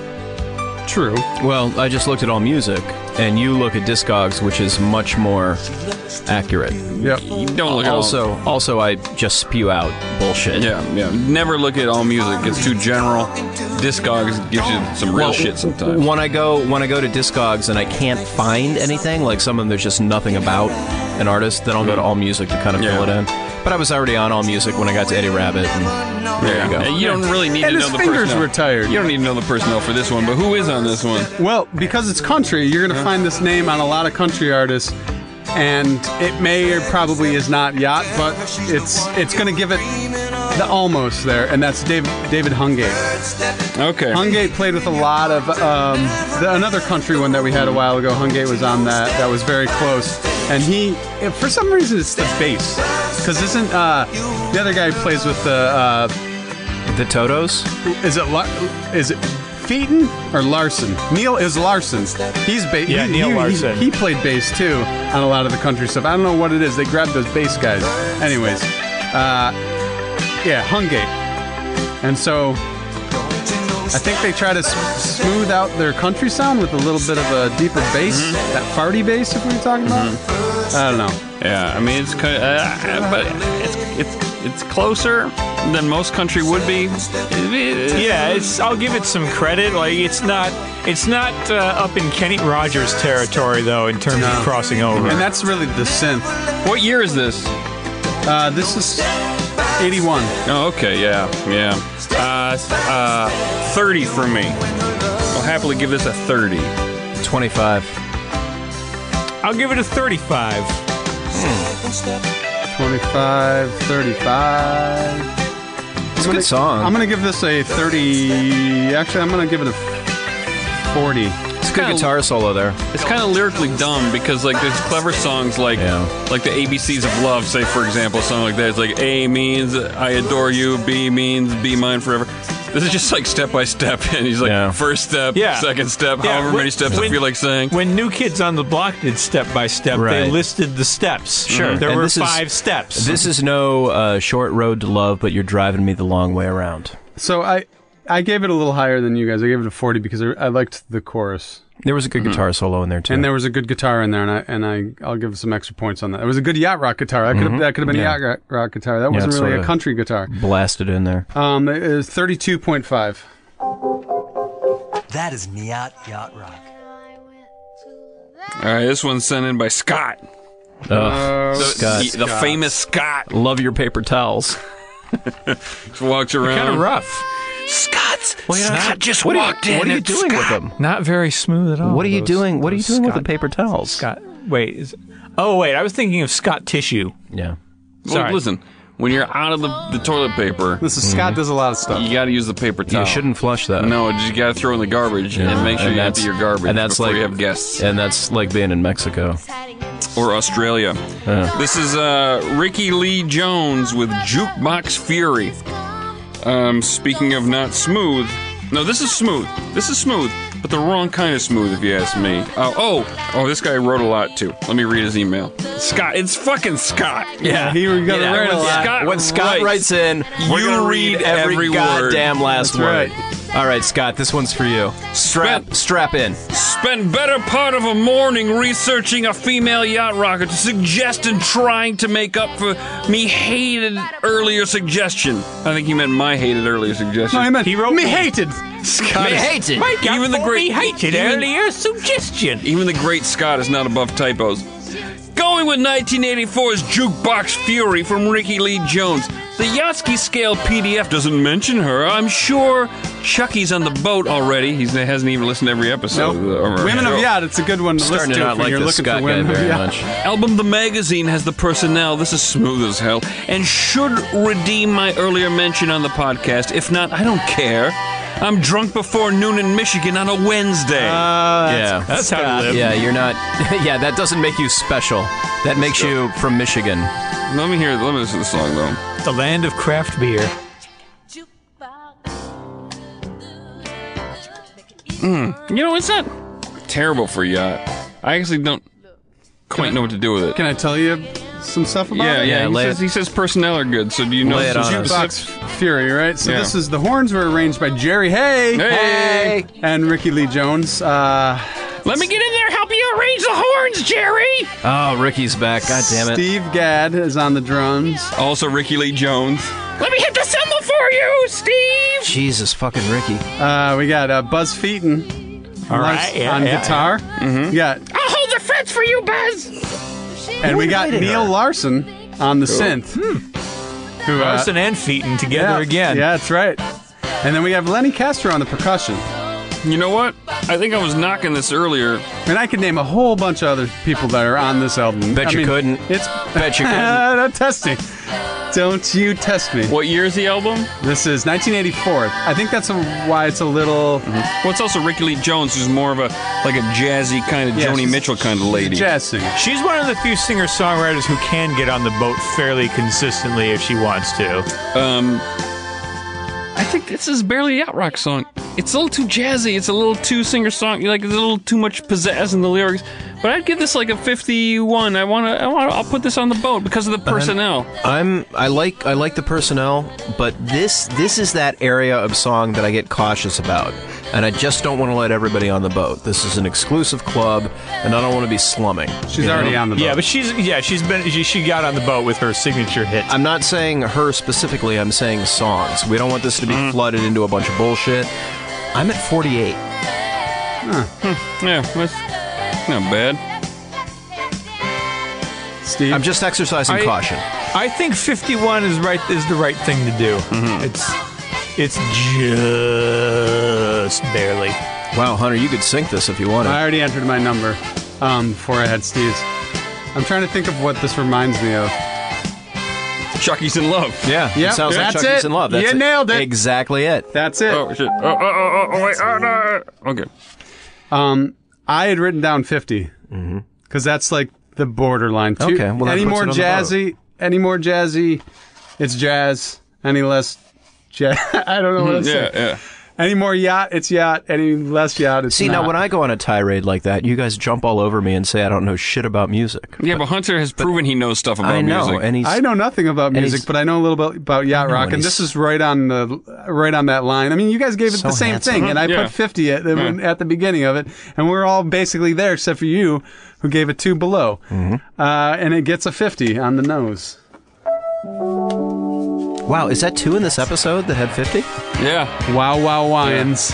B: true.
C: Well, I just looked at all music, and you look at Discogs, which is much more accurate.
B: Yep.
A: You don't look at all-
C: Also, also I just spew out bullshit.
A: Yeah, yeah. Never look at all music. It's too general. Discogs gives you some real
C: Well,
A: shit sometimes.
C: When I go when I go to Discogs and I can't find anything, like someone there's just nothing about an artist, then I'll go to All Music to kind of
A: Yeah.
C: fill it in. But I was already on All Music when I got to Eddie Rabbit. And
A: There
C: you go.
A: you don't really need
B: And
A: to
B: his
A: know the
B: fingers
A: personnel.
B: were tired.
A: You don't need to know the personnel for this one, but who is on this one?
B: Well, because it's country, you're going to find this name on a lot of country artists, and it may or probably is not yacht, but it's it's going to give it the almost there, and that's Dave, David Hungate.
A: Okay.
B: Hungate played with a lot of um, the, another country one that we had a while ago. Hungate was on that. That was very close, and he for some reason it's the bass because isn't uh, the other guy who plays with the uh,
C: the Totos?
B: is it Lar- is it Featon or Larson? Neil is Larson. He's ba-
D: Yeah,
B: he,
D: Neil
B: he- he-
D: Larson.
B: He, played bass too on a lot of the country stuff. I don't know what it is. They grabbed those bass guys. Anyways, uh, yeah, Hungate, and so I think they try to s- smooth out their country sound with a little bit of a deeper bass,
D: Mm-hmm.
B: that farty bass if we were talking about. I don't know.
A: Yeah, I mean it's kind uh, but it's it's it's closer than most country would be.
D: Yeah, it's. I'll give it some credit. Like it's not. It's not uh, up in Kenny Rogers territory though, in terms of crossing over.
B: And that's really the synth.
A: What year is this?
B: Uh, this is 81.
A: Oh, okay, yeah, yeah. Uh, uh, thirty for me. I'll happily give this a thirty.
C: Twenty five.
D: I'll give it a 35.
B: 25, 35.
C: It's a good song.
B: I'm gonna give this a 30. Actually, I'm gonna give it a 40.
C: it's a good
A: kinda-
C: guitar solo there.
A: It's kind of lyrically dumb because like there's clever songs like
C: Yeah.
A: like the ABCs of love, say for example, something like that. It's like A means I adore you, B means be mine forever. This is just like step by step, and he's like
C: Yeah.
A: first step,
D: Yeah.
A: second step,
D: Yeah,
A: however
D: when-
A: many steps I
D: when-
A: feel like saying.
D: When New Kids on the Block did Step by Step, they
C: Right.
D: listed the steps. Sure, there
C: And
D: were
C: this is-
D: five steps.
C: This is no uh, short road to love, but you're driving me the long way around.
B: So I I gave it a little higher than you guys. I gave it a 40 because I, I liked the chorus
C: There was a good
A: Mm-hmm.
C: guitar solo in there too.
B: and there was a good guitar in there, and I and I I'll give some extra points on that. It was a good yacht rock guitar. That could have that could have been
C: Mm-hmm. Yeah.
B: a yacht rock, rock guitar. That wasn't
C: it's
B: really a
C: sorta-
B: country guitar.
C: blasted in there.
B: Um, it was 32.5.
F: That is Miat Yacht Rock.
A: All right, this one's sent in by Scott,
C: Ugh.
B: Uh,
C: Scott.
A: The, the famous Scott,
C: Love your paper towels.
A: walks
D: kind
C: Uh,
D: of
A: around.
D: rough.
A: Scott's Scott just
C: What are you-
A: walked in.
C: What are you
A: It's
C: doing with
A: Scott.
C: them?
D: Not very smooth at all.
C: What are you
D: those-
C: doing? What are you
D: those
C: doing with the
D: Scott-
C: paper towels?
D: Scott. Wait. Is, oh wait, I was thinking of Scott tissue.
C: Yeah.
A: Well,
D: Sorry.
A: listen, when you're out of the, the toilet paper,
B: This is
C: Mm-hmm.
B: Scott does a lot of stuff.
A: you got to use the paper towel.
C: You shouldn't flush that.
A: No, you got to throw in the garbage and make sure
C: And
A: you empty
C: that's-
A: your garbage
C: and that's
A: before
C: like-
A: you have guests
C: And that's like being in Mexico.
A: or Australia. This is uh, Ricky Lee Jones with Jukebox Fury. Um, speaking of not smooth, no, this is smooth. This is smooth, but the wrong kind of smooth, if you ask me. Uh, oh, oh, this guy wrote a lot too. Let me read his email. Scott, it's fucking Scott.
C: Yeah,
B: he was gonna write a
A: when
B: lot.
A: Scott
C: when Scott
A: writes
C: writes, in, we're
A: you
C: gonna
A: read
C: every,
A: every word.
C: goddamn last
B: That's
C: word.
B: right.
C: All right, Scott, this one's for you. Strap,
A: Spent-
C: strap in.
A: Spend better part of a morning researching a female yacht rocker to suggest and trying to make up for me hated earlier suggestion. I think he meant my hated earlier suggestion.
B: No, I meant
D: He wrote
B: me
D: me.
B: hated Scott.
A: Me
B: is-
A: hated. Even the great
D: hated
A: even,
D: earlier suggestion.
A: even the great Scott is not above typos. Go Going with 1984's Jukebox Fury from Ricky Lee Jones. The Yatsky scale PDF doesn't mention her. I'm sure Chucky's on the boat already. He's, he hasn't even listened to every episode.
B: Nope.
A: Or-
B: Women of Yacht. It's a good one to
C: Starting
B: listen
C: to
B: to
C: not
B: if
C: like
B: you're
C: this
B: looking
C: Scott
B: for
C: guy
B: women. of
C: very
B: Yacht.
C: much.
A: Album The Magazine has the personnel. This is smooth as hell and should redeem my earlier mention on the podcast. If not, I don't care. I'm drunk before noon in Michigan on a Wednesday.
B: Uh,
A: Uh,
C: yeah,
D: That's how you live.
C: yeah. You're not. Yeah, that doesn't make you special. That makes you from Michigan.
A: let me hear. Let me listen to the song though.
D: The land of craft beer.
A: You know, it's not terrible for yacht. I actually don't quite know what to do with it.
B: Can I tell you some stuff about
A: Yeah,
B: it?
A: yeah.
C: Yeah,
A: he,
C: lay
A: says,
C: it-
A: he says personnel are good. So do you know
C: Lay it
A: some
C: on us.
A: specifics?
B: Jukebox Fury, right? So
A: Yeah.
B: this is the horns were arranged by Jerry Hay
A: Hey.
B: and Ricky Lee Jones. Uh,
A: let me get in there. Help you arrange the horns, Jerry.
C: Oh, Ricky's back. God damn it.
B: Steve Gadd is on the drums.
A: Also, Ricky Lee Jones. Let me hit the cymbal for you, Steve.
C: Jesus fucking Ricky.
B: Uh, we got uh, Buzz Featon
D: All right. yeah,
B: on
D: yeah,
B: guitar. Mm-hmm. Yeah,
A: I'll hold the fence for you, Buzz.
B: and we got Neil Larson on the synth. Who,
D: yeah.
B: uh,
D: Hmm. Larson and Featon together
B: yeah,
D: again.
B: Yeah, that's right. And then we have Lenny Castro on the percussion.
A: You know what? I think I was knocking this earlier.
B: And I could name a whole bunch of other people that are on this album.
C: Bet
B: I
C: you
B: mean,
C: couldn't.
B: It's
C: Bet you couldn't.
B: not testing. Don't you test me.
A: What year is the album?
B: This is 1984. I think that's a, why it's a little
C: Mm-hmm.
A: Well, it's also Ricky Lee Jones, who's more of a like a jazzy kind of
B: Yeah,
A: Joni
B: she's-
A: Mitchell kind of lady.
B: jazz singer.
D: She's one of the few singer songwriters who can get on the boat fairly consistently if she wants to.
A: Um, I think this is barely a yacht rock song. It's a little too jazzy. It's a little too singer song. Like it's a little too much pizzazz in the lyrics. But I'd give this like a 51. I wanna, I wanna, I'll put this on the boat because of the personnel.
C: I'm I like I like the personnel, but this this is that area of song that I get cautious about. And I just don't want to let everybody on the boat. This is an exclusive club, and I don't want to be slumming.
B: She's already on the boat.
D: Yeah, but she's yeah she's been she, she got on the boat with her signature hit.
C: I'm not saying her specifically, I'm saying songs. We don't want this to be
B: Mm-hmm.
C: flooded into a bunch of bullshit. I'm at 48.
A: Yeah, that's not bad.
B: Steve.
C: I'm just exercising
D: I-
C: caution.
D: I think 51 is right is the right thing to do.
B: Mm-hmm.
D: It's it's just barely.
C: Wow, Hunter, you could sync this if you wanted.
B: I already entered my number um, before I had Steve's. I'm trying to think of what this reminds me of.
A: Chucky's in love.
C: yeah,
B: Yep,
C: it sounds like
B: that's
C: Chucky's
B: it.
C: in love.
B: You
C: That's
B: nailed it.
C: Exactly it.
B: That's it.
A: Oh shit. Oh, oh, oh, oh, wait. Oh, no. Okay.
B: Um, I had written down 50 because that's like the borderline. Too.
C: Mm-hmm. Okay, well, that
B: any
C: puts
B: more
C: it on the
B: jazzy? Any more jazzy? It's jazz. Any less jazz? I don't know what it's
A: Yeah,
B: saying.
A: yeah.
B: Any more yacht? It's yacht. Any less yacht? It's
C: See,
B: not.
C: now when I go on a tirade like that, you guys jump all over me and say I don't know shit about music.
A: Yeah, but Hunter has proven he knows stuff about
C: I know,
A: music.
C: and he's
B: I know nothing about
C: he's-
B: music, but I know a little bit about yacht rock,
C: and
B: and
C: he's-
B: this is right on the right on that line. I mean, you guys gave it
C: So
B: the same
C: handsome.
B: thing, and I
A: Uh-huh. Yeah.
B: put fifty at the, at the beginning of it, and we're all basically there except for you, who gave it two below,
C: Mm-hmm.
B: uh, and it gets a fifty on the nose.
C: wow. Is that two in this episode that had fifty?
A: yeah.
B: Wow, wow, Lions,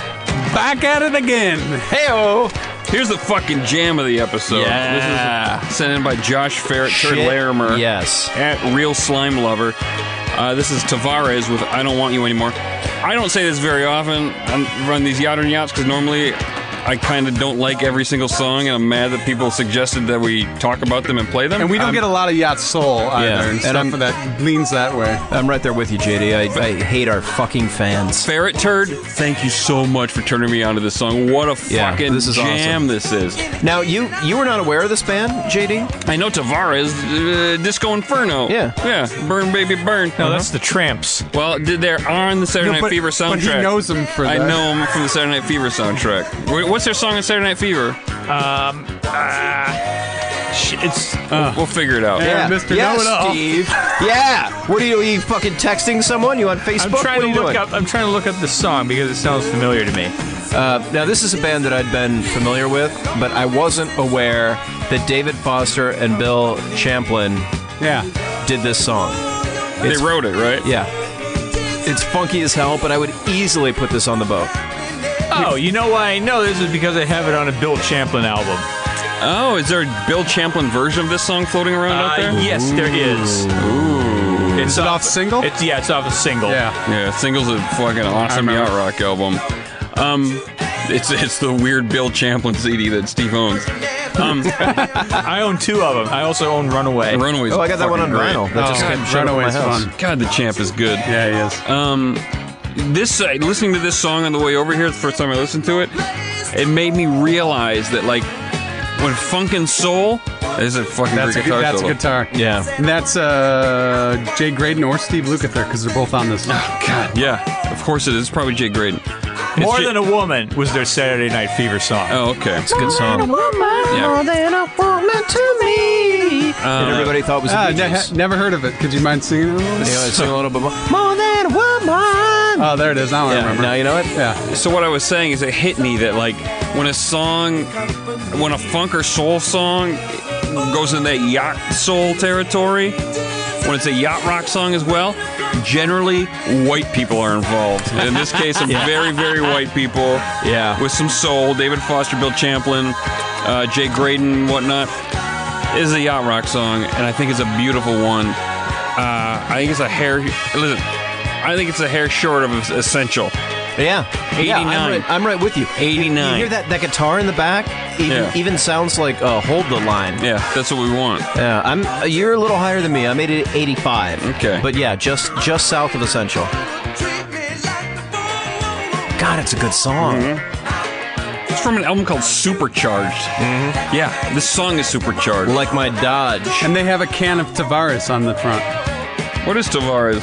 B: back at it again.
C: Heyo!
A: Here's the fucking jam of the episode.
C: Yeah.
A: This is sent in by Josh Ferret, Kurt Larimer,
C: Yes.
A: at Real Slime Lover. Uh, this is Tavares with I Don't Want You Anymore. I don't say this very often. I run these yacht and yachts because normally I kind of don't like every single song, and I'm mad that people suggested that we talk about them and play them.
B: And we don't
A: I'm-
B: get a lot of yacht soul either,
C: Yeah,
B: and,
C: and
B: stuff
C: I'm-
B: that leans that way.
C: I'm right there with you, JD. I, I hate our fucking fans.
A: Ferret Turd, thank you so much for turning me on to this song. What a
C: Yeah,
A: fucking
C: this is
A: jam
C: awesome.
A: this is.
C: Now you you were not aware of this band, JD?
A: I know Tavares, uh, Disco Inferno.
C: Yeah.
A: Yeah, Burn Baby Burn.
D: No, that's the Tramps.
A: Well, did they're on the Saturday
B: Uh-huh. No,
A: Night
B: but-
A: Fever soundtrack.
B: but he knows them for
A: I
B: that.
A: know him from the Saturday Night Fever soundtrack. Wh- What's their song on Saturday Night Fever?
D: Um, ah, sh- it's
A: We'll figure it out.
B: Yeah, Mr. Know-It-All.
C: Steve. yeah. What are you? Are you fucking texting someone? You on Facebook?
D: I'm trying
C: What
D: to
C: are you
D: look
C: doing?
D: up. I'm trying to look up the song because it sounds familiar to me.
C: Uh, now, this is a band that I'd been familiar with, but I wasn't aware that David Foster and Bill Champlin
B: Yeah.
C: did this song.
A: They wrote it, right?
C: Yeah. It's funky as hell, but I would easily put this on the boat.
D: Oh, you know why I know this is because I have it on a Bill Champlin album.
A: Oh, is there a Bill Champlin version of this song floating around out there?
D: Uh, yes, there is. It's
B: it off single?
D: It's yeah, it's off a single.
B: Yeah.
A: Yeah, singles a fucking awesome
B: remember.
A: yacht rock album. Um, it's it's the weird Bill Champlin CD that Steve owns. Um,
D: I own two of them. I also own Runaway.
A: Runaways.
C: Oh, I got that one on
A: fucking great.
C: vinyl. That just
B: Oh,
C: came showed up at my
B: Runaway's
C: house.
B: fun.
A: God, the champ is good.
B: Yeah, he is.
A: Um, this uh, listening to this song on the way over here, the first time I listened to it, it made me realize that like when funk and soul is a fucking
B: That's a,
A: great
B: good,
A: guitar
B: that's a
A: solo.
B: guitar.
D: Yeah.
B: And that's uh, Jay Graydon or Steve Lukather because they're both on this.
A: God, yeah, of course it is. It's probably Jay Graydon. It's
D: More
A: Jay-
D: than a woman was their Saturday Night Fever song.
A: Oh, okay.
C: It's a good song.
A: Yeah. Um,
C: and everybody thought it was
B: Ah,
C: a Bee
B: ne-
C: Gees.
B: never heard of it. Could you mind singing it? a little?
C: You know, it's a little bit more.
B: Oh, there it is. Now I
C: Yeah,
B: remember.
C: now you know it.
B: yeah.
A: So what I was saying is it hit me that like when a song, when a funk or soul song goes in that yacht soul territory, when it's a yacht rock song as well, generally white people are involved. In this case, some very very white people.
C: Yeah.
A: with some soul. David Foster, Bill Champlin, uh, Jay Graydon, whatnot. It is a yacht rock song, and I think it's a beautiful one. Uh, I think it's a hair. Listen, I think it's a hair short of essential.
C: Yeah. Yeah, I'm
A: 89.
C: right, I'm right with you.
A: 89.
C: You hear that, that guitar in the back? Even,
A: Yeah.
C: even sounds like uh, Hold the Line.
A: Yeah, that's what we want.
C: Yeah, I'm. uh, You're a little higher than me. I made it 85.
A: Okay.
C: But yeah, just just south of Essential. God, it's a good song.
A: Mm-hmm. It's from an album called Supercharged. Mm-hmm. Yeah, this song is supercharged.
C: Like my Dodge.
B: And they have a can of Tavares on the front.
A: What is Tavares?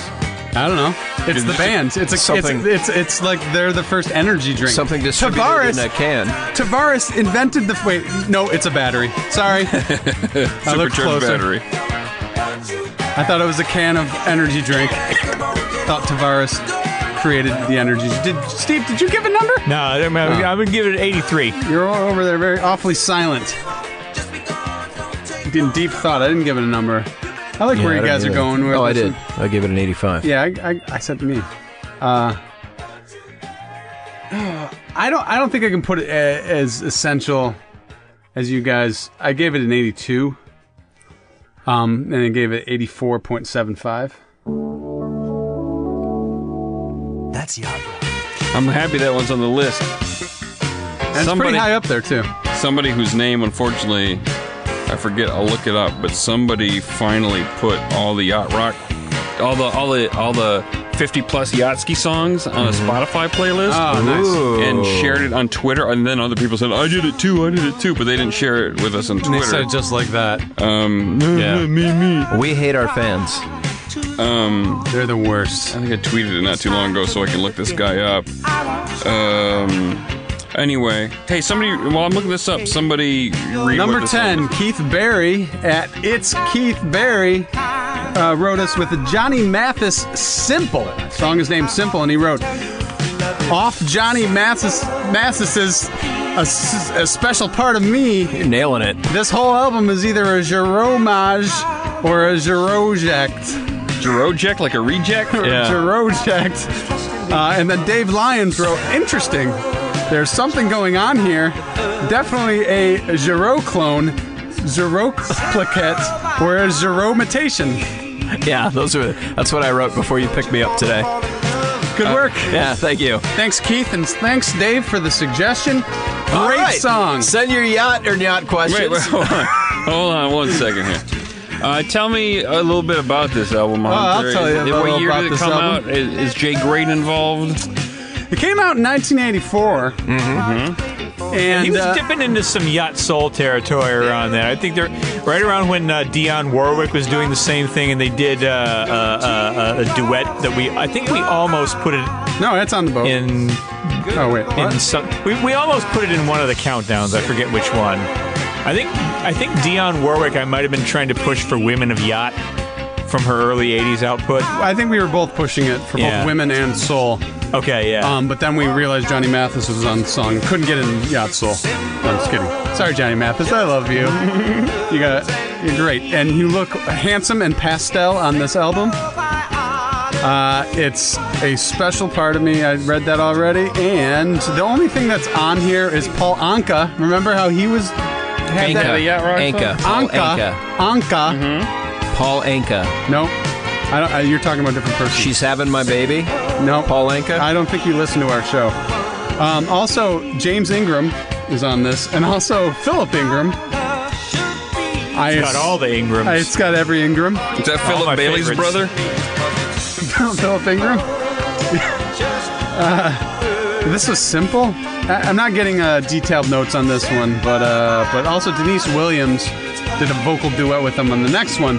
B: I don't know. It's the
A: It's
B: band. It's a,
C: something-
B: It's, it's it's like they're the first energy drink.
C: Something distributed
B: Tavares,
C: in a can.
B: Tavares invented the wait. No, it's a battery. Sorry, I
A: Supercharged
B: looked closer.
A: battery.
B: I thought it was a can of energy drink. Thought Tavares created the energy. Did Steve? Did you give a number?
D: No, I don't remember. I'm gonna give it an 83.
B: You're all over there, very awfully silent. In deep thought, I didn't give it a number. I like where you guys are going. with
C: Oh, I
B: this
C: did.
B: one.
C: I gave it an 85.
B: Yeah, I, I, I said me. Uh, I don't. I don't think I can put it a, as essential as you guys. I gave it an 82. Um, and I gave it 84.75.
F: That's yacht rock.
A: I'm happy that one's on the list.
B: And it's
A: Somebody-
B: pretty high up there too.
A: somebody whose name unfortunately I forget I'll look it up but somebody finally put all the yacht rock all the all the all the 50 plus Yachtsky songs on a Spotify playlist
B: Oh, nice.
A: and shared it on Twitter and then other people said I did it too I did it too but they didn't share it with us on Twitter
B: just like that.
A: um
C: Yeah.
A: me me
C: We hate our fans.
A: um
B: They're the worst.
A: I think I tweeted it not too long ago so I can look this guy up um anyway hey somebody while I'm looking this up somebody read
B: Number
A: what this song is.
B: 10, Keith Barry at It's Keith Barry uh, wrote us with a Johnny Mathis Simple. The song is named Simple, and he wrote, Off Johnny Mathis, Mathis's a, s- a special part of me.
C: You're nailing it.
B: This whole album is either a Jeromage or a Jeroject.
A: Jeroject like a reject
C: Yeah.
B: Jeroject. Uh, and then Dave Lyons wrote, Interesting. There's something going on here. Definitely a Giro clone, Xeroclicate, or a Xeromitation.
C: Yeah, those are. That's what I wrote before you picked me up today.
D: Uh,
B: Good work.
C: Yeah, thank you.
B: Thanks, Keith, and thanks, Dave, for the suggestion. Great
C: All right.
B: song.
C: Send your yacht or yacht questions.
A: Wait, wait, hold on. hold on one second here. Uh, tell me a little bit about this album. Oh,
B: I'll tell you a
A: What
B: little
A: year
B: about
A: did it
B: this
A: come
B: album.
A: out? Is, is Jay Graydon involved?
B: It came out in 1984. Mm-hmm.
D: He
B: And
D: was
B: uh,
D: dipping into some yacht soul territory around that. I think they're right around when uh, Dion Warwick was doing the same thing, and they did uh, uh, uh, a duet that we. I think we almost put it
B: no, that's on the boat.
D: in.
B: oh wait, what?
D: in some, we, we almost put it in one of the countdowns. I forget which one. I think I think Dion Warwick. I might have been trying to push for Women of Yacht from her early '80s output.
B: I think we were both pushing it for
D: Yeah.
B: both women and soul.
D: Okay, yeah.
B: Um, but then we realized Johnny Mathis was on the song. Couldn't get in Yacht Soul. No, I'm just kidding. Sorry, Johnny Mathis. I love you. you got you're great, and you look handsome and pastel on this album. Uh, it's a special part of me. I read that already, and the only thing that's on here is Paul Anka. Remember how he was had
A: Anka.
B: that.
A: Yacht Rock
C: Anka. Paul
B: Anka.
C: Anka.
B: Anka.
C: Paul Anka.
B: No. I don't, uh, you're talking about a different person.
C: She's having my baby.
B: no.
C: Paul Anka?
B: I don't think you listen to our show. Um, also, James Ingram is on this, and also Philip Ingram. I
D: Got all the Ingrams.
B: I- it's got every Ingram.
A: Is that
D: All
A: Philip
D: my
A: Bailey's
D: favorites.
A: brother?
B: Philip Ingram. Uh, this was simple. I, I'm not getting uh, detailed notes on this one, but uh, but also Denise Williams did a vocal duet with them on the next one,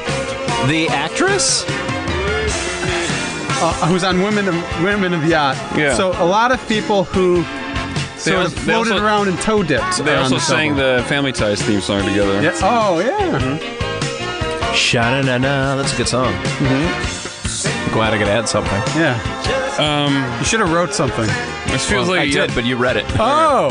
C: The actress?
B: uh, who's on Women of Women of Yacht.
A: Yeah.
B: So a lot of people who
A: They
B: sort
A: also-
B: of
A: they
B: floated
A: also-
B: around and toe dipped.
A: They
B: are on
A: also
B: this
A: sang
B: album.
A: the Family Ties theme song together.
B: Yeah. Oh yeah.
A: Mm-hmm.
C: Sha na na. That's a good song. Mm-hmm.
B: Mm-hmm.
C: Glad I could add something.
B: Yeah.
A: Um,
B: You should have wrote something.
A: this feels like
C: I
A: a-
C: did, but you read it.
B: Oh.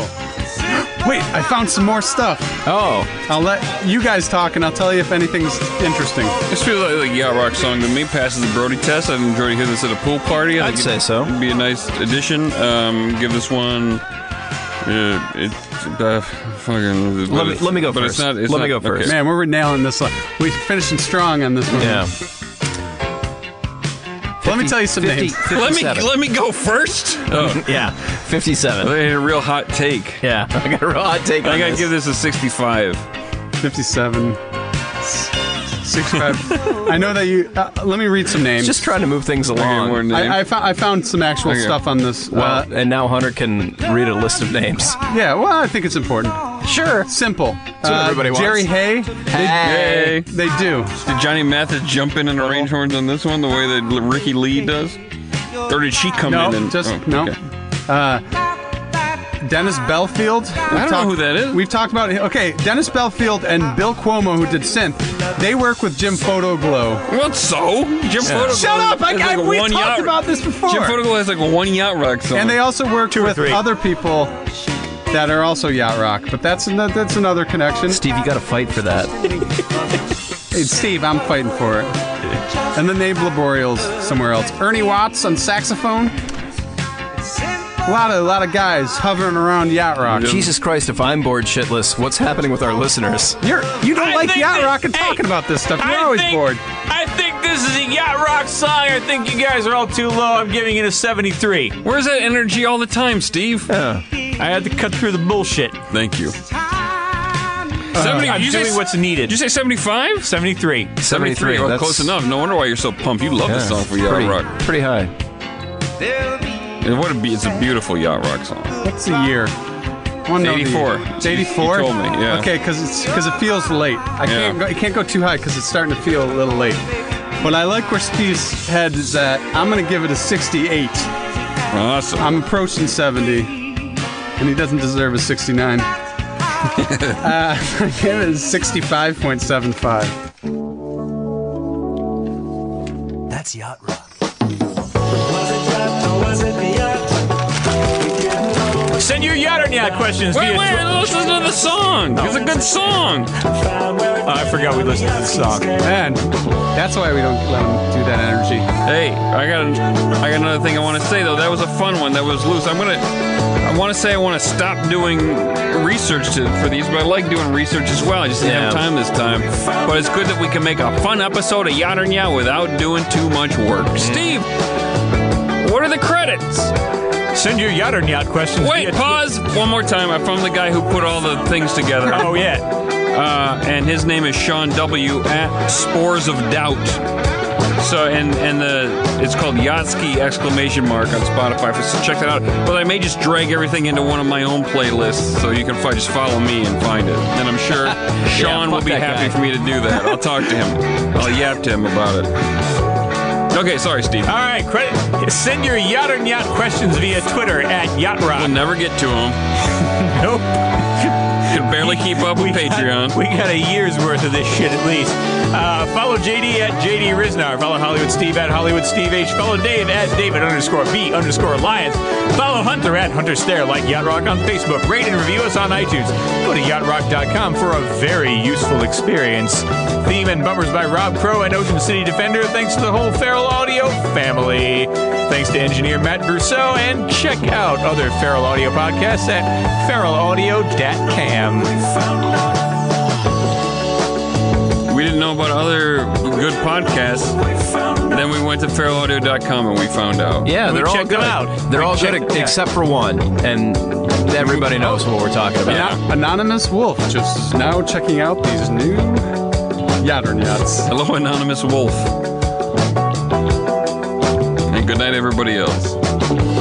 B: Wait, I found some more stuff.
C: Oh,
B: I'll let you guys talk, and I'll tell you if anything's interesting.
A: This feels like a yacht rock song to me. Passes the Brody test. I'd enjoy to hear this at a pool party. I
C: I'd
A: think it'd-
C: say so.
A: It'd be a nice addition. Um, give this one. Uh, it, uh, fucking.
C: Let me- let me go
A: but It's
C: first.
A: not, it's
C: Let me
A: not-
C: go first.
B: Man, we're nailing this one. We're finishing strong on this one.
C: yeah.
B: Let me tell you some
C: 50
B: names.
A: Let me
C: 57.
A: let me go first. Oh,
C: Yeah, 57.
A: they had a real hot take.
C: Yeah, I got a real hot take.
A: I
C: on
A: gotta
C: this.
A: give this a 65.
B: 57. 65. I know that you. Uh, let me read some names.
C: Just trying to move things along.
A: more than-
B: I, I, found, I found some actual
A: Okay.
B: stuff on this.
C: well,
B: uh,
C: and now Hunter can read a list of names.
B: yeah, well, I think it's important.
C: Sure.
B: Simple. Uh,
C: what everybody wants.
B: Jerry Hay.
A: Hey.
B: They do.
A: Did Johnny Mathis jump in and arrange horns on this one the way that L- Ricky Lee does? Or did she come
B: No,
A: in and
B: just
A: oh,
B: no.
A: okay.
B: Dennis Belfield.
A: I don't know who that is.
B: We've talked about okay, Dennis Belfield and Bill Cuomo, who did synth. They work with Jim Photoglow.
A: Well, so Jim Photo.
B: Shut up! I, I, we talked about this before.
A: Jim Photo has like a one yacht rock song.
B: and they also worked with
D: three.
B: other people that are also yacht rock. But that's an, that's another connection.
C: Steve, you got to fight for that.
B: Hey, Steve, I'm fighting for it. And the name Laborials somewhere else. Ernie Watts on saxophone. A lot of a lot of guys hovering around yacht rock.
C: Jesus Christ, if I'm bored shitless, what's happening with our listeners?
B: You're you don't
D: I
B: like
D: think
B: yacht
D: that-
B: rock and
D: hey,
B: talking about this stuff. You're
D: I
B: always
D: think-
B: bored.
D: I think this is a yacht rock song. I think you guys are all too low. I'm giving it a 73.
A: Where's that energy all the time, Steve?
B: Uh,
D: I had to cut through the bullshit.
A: Thank you. Uh, 70,
D: I'm
A: you, say,
D: doing what's needed.
A: you say 75?
D: 73.
A: 73. Well,
C: that's-
A: close enough. No wonder why you're so pumped. You love
C: Yeah,
A: this song for yacht
C: pretty,
A: rock.
C: pretty high.
A: And what a be- it's a beautiful yacht rock song.
B: What's the year? One note of the
A: 84.
B: year. It's 84.
A: You told me, yeah.
B: Okay, because it's because it feels late. I
A: Yeah.
B: can't go, it can't go too high because it's starting to feel a little late. But I like where Steve's head is at. I'm gonna give it a 68.
A: Awesome.
B: I'm approaching 70, and he doesn't deserve a 69. uh, I gave it a 65.75.
F: That's yacht rock.
E: Was it yacht or was it the yacht? We didn't know
D: Send your yacht or yacht questions
A: wait,
D: via Twitter.
A: wait, listen to the song. It's a good song.
E: we found where it
D: Oh, I forgot we listened to the song.
B: Man, that's why we don't let him do that energy.
A: Hey, I got an, I got another thing I want to say though. That was a fun one. That was loose. I'm gonna. I want to say I want to stop doing research to, for these, but I like doing research as well. I just didn't have
C: Yeah.
A: time this time. But it's good that we can make a fun episode of Yacht and Yacht without doing too much work. Steve, what are the credits?
D: Send your yacht or yacht questions
A: Wait,
D: via
A: pause. One more time. I found the guy who put all the things together.
D: Oh, yeah.
A: Uh, and his name is Sean W. at Spores of Doubt. So and and the it's called Yatsky exclamation mark on Spotify. So check that out. But I may just drag everything into one of my own playlists, so you can fi- just follow me and find it. And I'm sure Sean will
C: fuck
A: be
C: that
A: happy
C: guy.
A: for me to do that. I'll talk to him. I'll yap to him about it. Okay, sorry, Steve.
D: All right, credit. Send your yacht or yacht questions via Twitter at yacht
A: I'll
D: rock.
A: never get to him.
D: Nope.
A: Can barely keep up with Patreon.
D: we got a year's worth of this shit at least. Uh, follow JD at JD Riznar. Follow Hollywood Steve at Hollywood Steve H. Follow Dave at David underscore B underscore Alliance. Follow Hunter at Hunter Stare. Like Yacht Rock on Facebook. Rate and review us on iTunes. Go to yachtrock.com for a very useful experience. Theme and bumpers by Rob Crow and Ocean City Defender. Thanks to the whole Feral Audio family. Thanks to engineer Matt Brousseau. And check out other Feral Audio podcasts at feralaudio.cam.
E: found love.
A: we didn't know about other good podcasts. Then we went to feralaudio.com and we found out.
C: Yeah,
D: We
C: they're all
D: checked
C: good.
D: them out.
C: They're
D: We
C: all good
D: checked- yeah.
C: except for one, and everybody knows what we're talking about.
B: Ano- Anonymous Wolf just is now checking out these new Yatternyats.
A: Hello, Anonymous Wolf. And good night, everybody else.